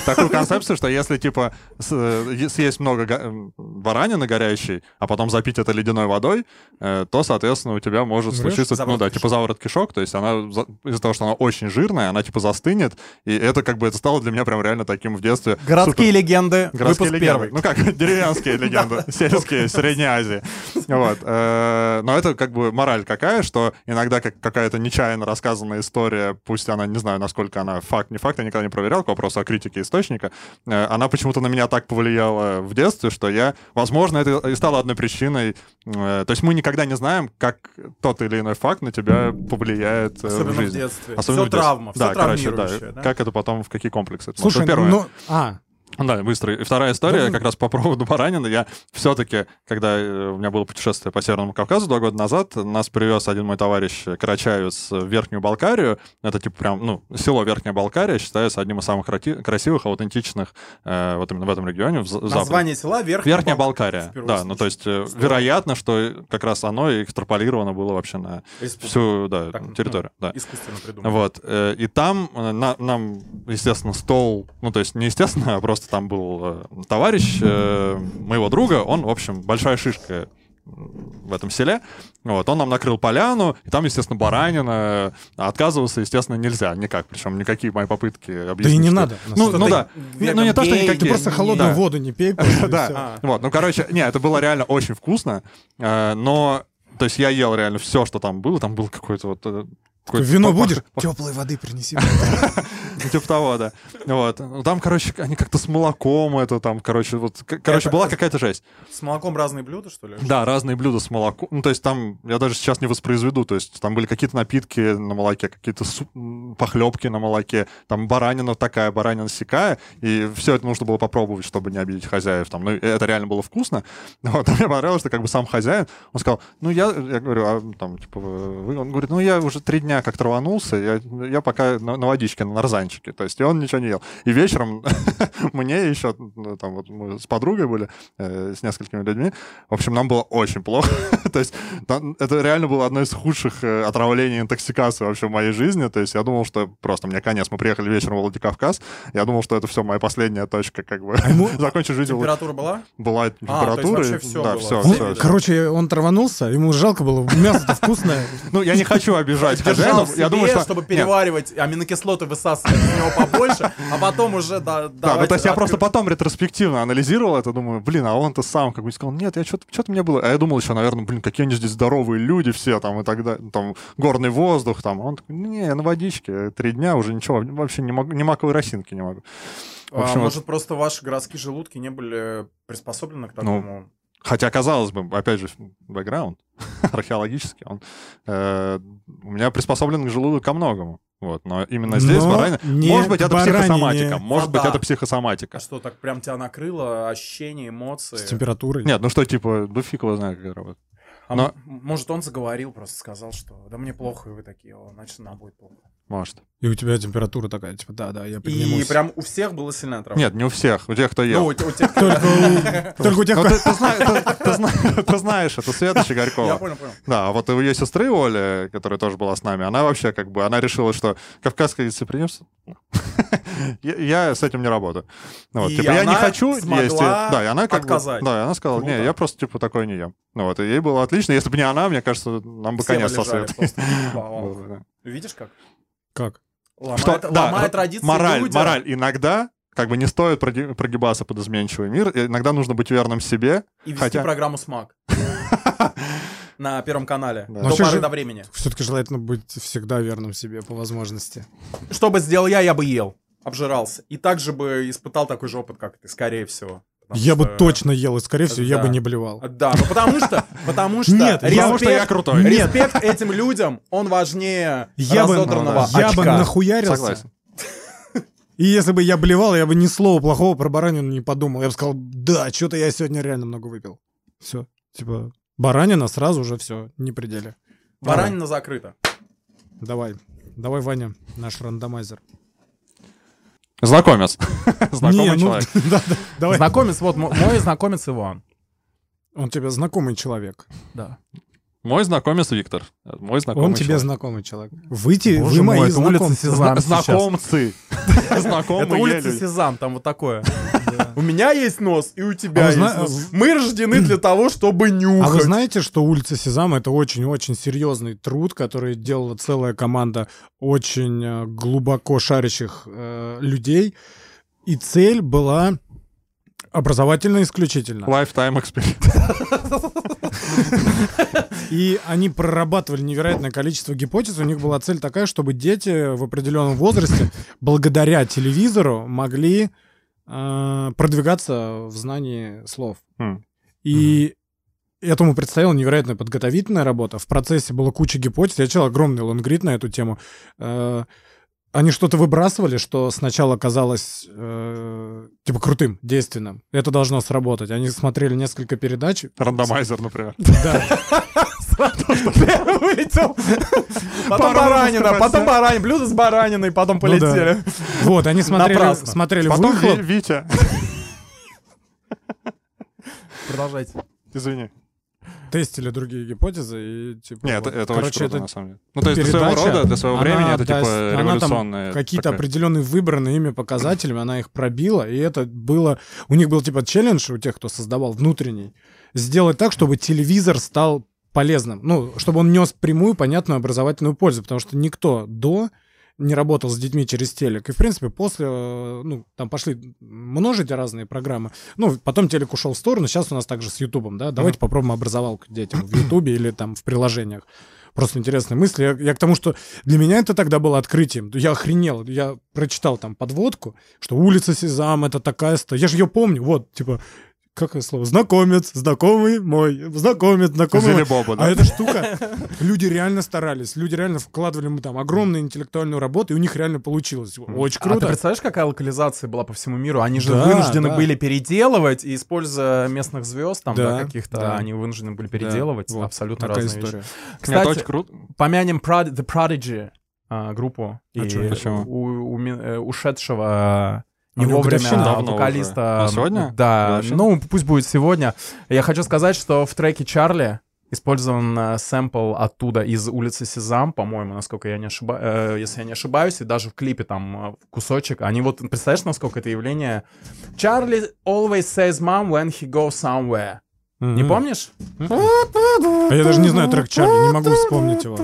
Speaker 4: такую концепцию, что если, типа, с- э, съесть много га- м, баранины горящей, а потом запить это ледяной водой, э, то, соответственно, у тебя может
Speaker 3: Умрёшь?
Speaker 4: случиться, ну
Speaker 2: Заворот
Speaker 4: да,
Speaker 2: кишок.
Speaker 4: типа заворот кишок, то есть она за- из-за того, что она очень жирная, она, типа, застынет, и это, как бы, это стало для меня прям реально таким в детстве.
Speaker 2: Городские легенды,
Speaker 4: супер- городские
Speaker 2: выпуск
Speaker 4: легенды.
Speaker 2: первый.
Speaker 4: Ну как, деревенские легенды, сельские, Средней Азии. Вот. э, Но это как бы мораль какая, что иногда как какая-то нечаянно рассказанная история, пусть она, не знаю, насколько она факт, не факт, я никогда не проверял, к вопросу о критике источника, э, она почему-то на меня так повлияла в детстве, что я, возможно, это и стало одной причиной. э, То есть мы никогда не знаем, как тот или иной факт на тебя повлияет э,
Speaker 2: Особенно
Speaker 4: в
Speaker 2: в
Speaker 4: жизни.
Speaker 2: детстве.
Speaker 4: Особенно
Speaker 2: все
Speaker 4: в детстве.
Speaker 2: травма, все
Speaker 4: да, короче, да.
Speaker 2: травмирующее. да.
Speaker 4: Как это потом, в какие комплексы? это
Speaker 3: Слушай,
Speaker 4: может? Ну, первое.
Speaker 3: ну... А,
Speaker 4: Да, быстро. И вторая история,
Speaker 3: Да.
Speaker 4: как раз по поводу баранина. Я все-таки, когда э, у меня было путешествие по Северному Кавказу два года назад, нас привез один мой товарищ э, карачаевец э, в Верхнюю Балкарию. Это типа прям, ну, село Верхняя Балкария считается одним из самых крати- красивых, аутентичных э, вот именно в этом регионе, в за- западном.
Speaker 2: Название села Верхняя,
Speaker 4: Верхняя
Speaker 2: Бал-
Speaker 4: Балкария,
Speaker 2: Впервые
Speaker 4: да,
Speaker 2: слышу.
Speaker 4: ну то есть э,
Speaker 2: Здорово.
Speaker 4: вероятно, что как раз оно и экстраполировано было вообще на
Speaker 2: Республика.
Speaker 4: всю да,
Speaker 2: Так, ну,
Speaker 4: территорию. Да.
Speaker 2: Искусственно придумано.
Speaker 4: Вот. э, И там э, на- нам, естественно, стол, ну, то есть не естественно, а просто там был э, товарищ э, моего друга, он, в общем, большая шишка в этом селе. Вот, он нам накрыл поляну, и там, естественно, баранина. А Отказываться, естественно, нельзя никак. Причем никакие мои попытки объяснить.
Speaker 3: да и не
Speaker 4: что-
Speaker 3: надо. на
Speaker 4: Ну,
Speaker 3: самом
Speaker 4: ну
Speaker 3: деле.
Speaker 4: да. Не- Ну, не то, что
Speaker 2: Гей,
Speaker 4: никакие.
Speaker 3: Ты просто
Speaker 2: не-
Speaker 3: холодную
Speaker 4: да.
Speaker 3: воду не пей, просто, и
Speaker 4: Да.
Speaker 3: всё.
Speaker 2: А,
Speaker 4: Вот, ну, короче, не, это было реально очень вкусно, э, но, то есть я ел реально все, что там было, там был какой-то вот... э, какой-то
Speaker 3: Вино
Speaker 4: пах-
Speaker 3: будешь?
Speaker 4: пах-
Speaker 3: Теплой воды принеси.
Speaker 4: Ну, Типа того, да. Вот. Ну, Там, короче, они как-то с молоком это там, короче, вот, к- короче,
Speaker 2: Это-
Speaker 4: была какая-то жесть.
Speaker 2: С молоком разные блюда, что ли?
Speaker 4: Да, разные блюда с молоком. Ну, то есть там, я даже сейчас не воспроизведу, то есть там были какие-то напитки на молоке, какие-то суп- м, похлебки на молоке, там баранина такая, баранина сякая, и все это нужно было попробовать, чтобы не обидеть хозяев. Там. Ну, и это реально было вкусно. Вот, а мне понравилось, что как бы сам хозяин, он сказал, ну, я, я говорю, а, там, типа, вы, он говорит, ну, я уже три дня как траванулся, я, я пока на, на водичке, на нарзанчике, то есть, и он ничего не ел. И вечером мне еще, ну, там, вот мы с подругой были, э, с несколькими людьми, в общем, нам было очень плохо. То есть там- это реально было одно из худших э, отравлений и интоксикаций вообще в моей жизни. То есть я думал, что просто мне конец. Мы приехали вечером в Владикавказ. Я думал, что это все моя последняя точка, как бы. Закончу жизнь. в Влад-
Speaker 2: Температура была?
Speaker 4: Была температура.
Speaker 2: вообще
Speaker 4: и-
Speaker 2: всё
Speaker 4: да,
Speaker 2: было.
Speaker 4: все,
Speaker 2: Ну,
Speaker 4: все,
Speaker 2: да.
Speaker 3: Короче, он траванулся, ему жалко было, мясо-то вкусное.
Speaker 4: Ну, я не хочу обижать
Speaker 2: Держал в
Speaker 4: хозяинов.
Speaker 2: себе,
Speaker 4: Я думаю, что...
Speaker 2: чтобы
Speaker 4: Нет,
Speaker 2: переваривать аминокислоты, высасывать из него побольше, а потом уже да,
Speaker 4: Да, ну
Speaker 2: давайте
Speaker 4: то есть я просто
Speaker 2: открыть.
Speaker 4: потом ретроспективно анализировал это, думаю, блин, а он-то сам как бы сказал, нет, я что-то, что-то мне было, а я думал еще, наверное, блин, какие они здесь здоровые люди все, там, и так далее, там, горный воздух, там, А он такой, не, я на водичке, три дня уже ничего, вообще не могу, ни маковой росинки не могу. В
Speaker 2: А,
Speaker 4: общем, вот-
Speaker 2: может, просто ваши городские желудки не были приспособлены к
Speaker 4: Ну.
Speaker 2: такому?
Speaker 4: Хотя, казалось бы, опять же, бэкграунд археологический, он э, у меня приспособлен желудок ко многому. Вот, но именно здесь,
Speaker 3: Но
Speaker 4: баранина-
Speaker 3: не
Speaker 4: может быть, это
Speaker 3: баранине.
Speaker 4: психосоматика, может быть,
Speaker 2: Вода.
Speaker 4: это психосоматика.
Speaker 2: а что, так прям тебя накрыло ощущения, эмоции?
Speaker 3: С температурой.
Speaker 4: Нет, ну что, типа, ну фиг его знает, как это работает.
Speaker 2: А
Speaker 4: но-
Speaker 2: м- Может, он заговорил, просто сказал, что да мне плохо, и вы такие, «О, значит, нам будет плохо.
Speaker 4: Может.
Speaker 3: И у тебя температура такая, типа, да-да, я
Speaker 2: И
Speaker 3: поднимусь.
Speaker 2: прям у всех было сильно травма.
Speaker 4: Нет, не у всех, у тех, кто ел.
Speaker 2: Ну, у, те- у тех, кто...
Speaker 3: Только у- только у тебя
Speaker 4: Ну, ты, ты зна- ты- ты зна- ты знаешь, это Света
Speaker 2: Я
Speaker 4: Щегорькова.
Speaker 2: понял, понял.
Speaker 4: Да, а вот и у ее сестры Оля, которая тоже была с нами, она вообще как бы, она решила, что кавказское гостеприимство... Я, я с этим не работаю. Ну Вот,
Speaker 2: И
Speaker 4: типа, я не
Speaker 2: она
Speaker 4: хочу есть.
Speaker 2: смогла
Speaker 4: и- Да, и она как бы-
Speaker 2: отказать. Ну
Speaker 4: Да, и она сказала,
Speaker 2: Круто.
Speaker 4: не, я просто типа такое не ем. Ну вот, и ей было отлично. Если бы не она, мне кажется, нам бы
Speaker 2: Все
Speaker 4: конец со
Speaker 2: полежали
Speaker 4: Светой.
Speaker 2: просто. Вау.
Speaker 4: Было бы, да.
Speaker 2: Видишь как?
Speaker 3: Как?
Speaker 2: Ломает,
Speaker 4: Что- да,
Speaker 2: ломает
Speaker 4: р-
Speaker 2: традиции
Speaker 4: мораль,
Speaker 2: люди.
Speaker 4: мораль. Иногда Как бы не стоит проги- прогибаться под изменчивый мир. Иногда нужно быть верным себе.
Speaker 2: И вести
Speaker 4: Хотя-
Speaker 2: программу «Смак» на Первом канале.
Speaker 4: Да.
Speaker 2: До
Speaker 3: Вообще
Speaker 2: поры
Speaker 3: же-
Speaker 2: до времени.
Speaker 3: Все-таки желательно быть всегда верным себе по возможности.
Speaker 2: Что бы сделал я, я бы ел. Обжирался. И также бы испытал такой же опыт, как ты, скорее всего. Потому
Speaker 3: я бы
Speaker 2: что-
Speaker 3: точно ел, и, скорее всего, я
Speaker 2: Да.
Speaker 3: бы не блевал.
Speaker 2: Да, ну потому что... Потому что...
Speaker 3: Нет,
Speaker 4: Потому что я
Speaker 2: респект-
Speaker 4: крутой.
Speaker 3: Нет.
Speaker 2: Респект этим людям, он важнее
Speaker 3: Я бы,
Speaker 2: разодранного
Speaker 4: Ну
Speaker 3: я
Speaker 2: очка.
Speaker 3: бы нахуярился.
Speaker 4: Согласен.
Speaker 3: И если бы я блевал, я бы ни слова плохого про баранину не подумал. Я бы сказал, да, что-то я сегодня реально много выпил. Все. Типа, баранина сразу же все, не пределе.
Speaker 2: Баранина закрыта.
Speaker 3: Давай. Давай, Ваня, наш рандомайзер.
Speaker 4: Знакомец.
Speaker 3: Не,
Speaker 4: Знакомый
Speaker 3: ну,
Speaker 4: человек.
Speaker 3: да, да, давай.
Speaker 2: Знакомец, вот мо- мой знакомец Иван.
Speaker 3: Он тебе знакомый человек.
Speaker 2: Да.
Speaker 4: Мой знакомец Виктор. Мой знакомый
Speaker 3: Он тебе
Speaker 4: человек.
Speaker 3: знакомый человек. Выйти,
Speaker 2: Боже
Speaker 3: вы мои А
Speaker 2: мой, это улица
Speaker 3: знакомцы.
Speaker 2: Сезам. знаком сейчас.
Speaker 4: Знакомцы.
Speaker 2: Это
Speaker 4: Знакомые
Speaker 2: улица
Speaker 4: люди.
Speaker 2: Сезам, там вот такое. У меня есть нос, и у
Speaker 3: А
Speaker 2: тебя
Speaker 3: вы
Speaker 2: есть
Speaker 3: зна-
Speaker 2: нос. Мы рождены для того, чтобы
Speaker 3: А вы
Speaker 2: нюхать.
Speaker 3: знаете, что улица Сезам это очень-очень серьезный труд, который делала целая команда очень э, глубоко шарящих э, людей. И цель была образовательно исключительно.
Speaker 4: Lifetime experience.
Speaker 3: И они прорабатывали невероятное количество гипотез. У них была цель такая, чтобы дети в определенном возрасте, благодаря телевизору, могли э, продвигаться в знании слов.
Speaker 4: М.
Speaker 3: И этому предстояла невероятная подготовительная работа. В процессе было куча гипотез. Я читал огромный лонгрид на эту тему. Э, они что-то выбрасывали, что сначала казалось э, типа крутым, действенным. Это должно сработать. Они смотрели несколько передач,
Speaker 4: Рандомайзер, например.
Speaker 2: Улетел. Потом баранина, потом баранин, блюдо с бараниной, потом
Speaker 3: Ну да.
Speaker 2: полетели.
Speaker 3: Вот, они смотрели,
Speaker 2: Напрасно.
Speaker 3: смотрели
Speaker 4: Потом Ви-
Speaker 3: выхлоп.
Speaker 4: Витя.
Speaker 2: Продолжайте.
Speaker 4: Извини.
Speaker 3: тестили другие гипотезы и типа.
Speaker 4: Нет,
Speaker 3: вот.
Speaker 4: это очень
Speaker 3: Короче,
Speaker 4: круто,
Speaker 3: это
Speaker 4: на самом деле. Ну, то есть для
Speaker 3: передача,
Speaker 4: своего рода, для своего
Speaker 3: она
Speaker 4: времени это
Speaker 3: даст- она
Speaker 4: типа
Speaker 3: там
Speaker 4: революционное.
Speaker 3: какие-то
Speaker 4: такое.
Speaker 3: определенные выбранные ими показателями, она их пробила, и это было... У них был типа челлендж у тех, кто создавал внутренний, сделать так, чтобы телевизор стал полезным. Ну, чтобы он нес прямую, понятную образовательную пользу, потому что никто до не работал с детьми через телек. И, в принципе, после, э, ну, там пошли множить разные программы. Ну, потом телек ушел в сторону, сейчас у нас также с Ютубом, да? Давайте попробуем образовалку детям в Ютубе или там в приложениях. Просто интересные мысли. Я, я к тому, что для меня это тогда было открытием. Я охренел. Я прочитал там подводку, что улица Сезам это такая... ста- Я же ее помню. Вот, типа, как это слово? Знакомец, знакомый мой, знакомец, знакомый мой.
Speaker 4: Зили Боба,
Speaker 3: А
Speaker 4: да.
Speaker 3: эта штука, люди реально старались, люди реально вкладывали мы там огромную интеллектуальную работу, и у них реально получилось. Очень
Speaker 2: А ты
Speaker 3: круто.
Speaker 2: представляешь, какая локализация была по всему миру? Они же
Speaker 3: Да,
Speaker 2: вынуждены
Speaker 3: да.
Speaker 2: были переделывать, и используя местных звезд там
Speaker 3: Да,
Speaker 2: да, каких-то,
Speaker 3: да.
Speaker 2: они вынуждены были переделывать.
Speaker 3: вот
Speaker 2: Абсолютно
Speaker 3: Такая
Speaker 2: разные вещи.
Speaker 3: история.
Speaker 4: Нет, это
Speaker 2: Кстати,
Speaker 4: очень круто.
Speaker 2: помянем Prod- The Prodigy а, группу. и
Speaker 3: чё,
Speaker 4: почему?
Speaker 2: у- у ми- э, ушедшего
Speaker 3: А
Speaker 2: не
Speaker 3: у него
Speaker 2: вовремя
Speaker 3: годовщина?
Speaker 4: Давно уже.
Speaker 2: вокалиста.
Speaker 4: А сегодня?
Speaker 2: Да.
Speaker 4: Годовщина?
Speaker 2: Ну, пусть будет сегодня. Я хочу сказать, что в треке Чарли использован э, сэмпл оттуда из улицы Сезам, по-моему, насколько я не ошибаюсь, если я не ошибаюсь, и даже в клипе там э, кусочек. Они вот, представляешь, насколько это явление? Чарли always says mom when he goes somewhere. Не помнишь?
Speaker 3: А я даже не знаю трек Чарли, не могу вспомнить его.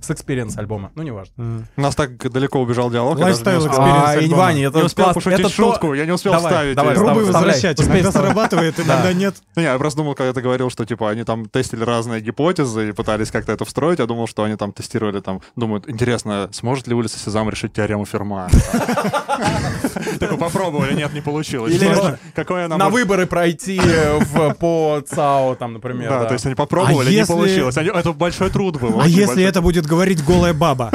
Speaker 2: С Experience альбома. Ну, неважно.
Speaker 3: Мгм.
Speaker 4: У нас так далеко убежал диалог. я даже не
Speaker 3: Lifestyle
Speaker 4: успел-
Speaker 3: experience
Speaker 2: А,
Speaker 3: альбома.
Speaker 2: Ваня, это
Speaker 4: Не успел
Speaker 2: класс.
Speaker 4: пошутить
Speaker 2: Это то-
Speaker 4: шутку, я не успел
Speaker 2: Давай,
Speaker 4: вставить
Speaker 2: давай,
Speaker 4: её.
Speaker 2: вставь.
Speaker 3: Пробуй
Speaker 2: вставляй,
Speaker 3: возвращать,
Speaker 2: успей
Speaker 3: иногда
Speaker 2: вставлять.
Speaker 3: срабатывает, иногда нет.
Speaker 4: Ну, Не, я просто думал, когда ты говорил, что типа они там тестили разные гипотезы и пытались как-то это встроить, я думал, что они там тестировали, там, думают, интересно, сможет ли улица Сезам решить теорему Ферма? Такой попробовали, нет, не получилось.
Speaker 2: Или
Speaker 4: Что-
Speaker 2: это-
Speaker 4: Какое она
Speaker 2: на
Speaker 4: может-
Speaker 2: выборы пройти э, в, по ЦАО, там, например.
Speaker 4: Да,
Speaker 2: да.
Speaker 4: то есть они попробовали,
Speaker 3: А
Speaker 4: не
Speaker 3: если-
Speaker 4: получилось. Они- Это большой труд был.
Speaker 3: А
Speaker 4: очень
Speaker 3: если
Speaker 4: большой.
Speaker 3: это будет говорить голая баба?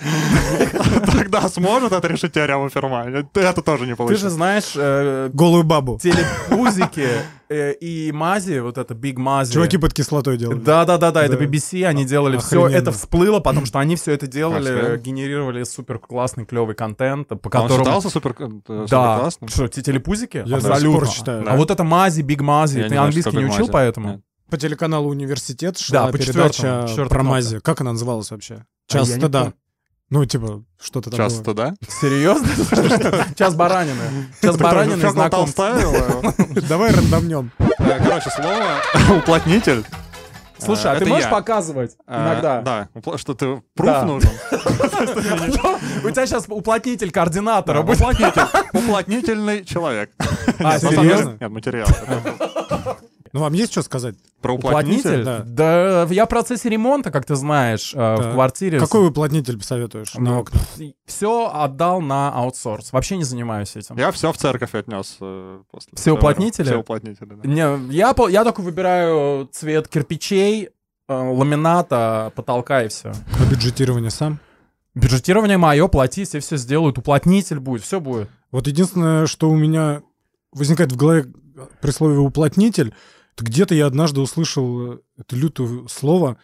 Speaker 4: Тогда сможет это решить теорему Ферма? Э, Это тоже
Speaker 2: Ты
Speaker 4: не
Speaker 2: же
Speaker 4: получилось.
Speaker 2: знаешь э,
Speaker 3: Голую бабу.
Speaker 2: телепузики э, и мази, вот это Big Мази.
Speaker 3: Чуваки под кислотой делают.
Speaker 2: Да-да-да-да, это
Speaker 3: Да.
Speaker 2: BBC, они делали все,
Speaker 3: Охрененно.
Speaker 2: это всплыло, потому что они все это делали,
Speaker 4: Охрененно.
Speaker 2: э, генерировали супер классный, клевый контент, по
Speaker 4: А Он
Speaker 2: которому...
Speaker 4: считался супер э,
Speaker 2: Да,
Speaker 4: суперклассным?
Speaker 2: что, те телепузики?
Speaker 3: Я до сих
Speaker 2: Абсолютно.
Speaker 3: пор считаю.
Speaker 2: А вот это мази, биг мази,
Speaker 4: Я
Speaker 2: ты
Speaker 4: знаю,
Speaker 2: английский
Speaker 4: что
Speaker 2: не
Speaker 4: такое
Speaker 2: учил
Speaker 4: мази.
Speaker 2: поэтому?
Speaker 4: Нет.
Speaker 3: По телеканалу «Университет» шла
Speaker 2: по четвертому,
Speaker 3: передача
Speaker 2: четвертая
Speaker 3: про
Speaker 2: кнопка.
Speaker 3: мази. Как она называлась вообще?
Speaker 2: А я
Speaker 3: Час
Speaker 2: не
Speaker 3: стыда.
Speaker 2: помню.
Speaker 3: Ну, типа, что-то там было.
Speaker 4: Часто, да?
Speaker 2: Серьезно? Час баранины. Час баранины
Speaker 4: Фёкла
Speaker 2: знакомство.
Speaker 4: Толстая, э,
Speaker 3: Давай рандомнем.
Speaker 4: Короче, слово уплотнитель.
Speaker 2: Слушай, а
Speaker 4: Это
Speaker 2: ты можешь
Speaker 4: я.
Speaker 2: показывать
Speaker 4: А,
Speaker 2: иногда?
Speaker 4: Да, упла- что ты пруф
Speaker 2: Да.
Speaker 4: нужен.
Speaker 2: У тебя сейчас уплотнитель координатора будет.
Speaker 4: Уплотнитель. Уплотнительный человек.
Speaker 2: А,
Speaker 4: Нет,
Speaker 3: серьезно?
Speaker 4: материал. Нет, материал. Это
Speaker 3: Ну, вам есть что сказать?
Speaker 4: Про
Speaker 2: Уплотнитель?
Speaker 4: уплотнитель?
Speaker 3: да.
Speaker 2: Да. я в процессе ремонта, как ты знаешь, э, в квартире.
Speaker 3: Какой уплотнитель посоветуешь
Speaker 2: А
Speaker 3: на окна?
Speaker 2: Все отдал на аутсорс. Вообще не занимаюсь этим.
Speaker 4: Я все в церковь отнес. э, после
Speaker 2: Все
Speaker 4: этого.
Speaker 2: уплотнители?
Speaker 4: Все уплотнители, да.
Speaker 2: Не, я, по- я только выбираю цвет кирпичей, э, ламината, потолка и все.
Speaker 3: А бюджетирование сам?
Speaker 2: Бюджетирование мое, платить, и все сделают. Уплотнитель будет, все будет.
Speaker 3: Вот единственное, что у меня возникает в голове при слове «уплотнитель», то где-то я однажды услышал э, это лютое слово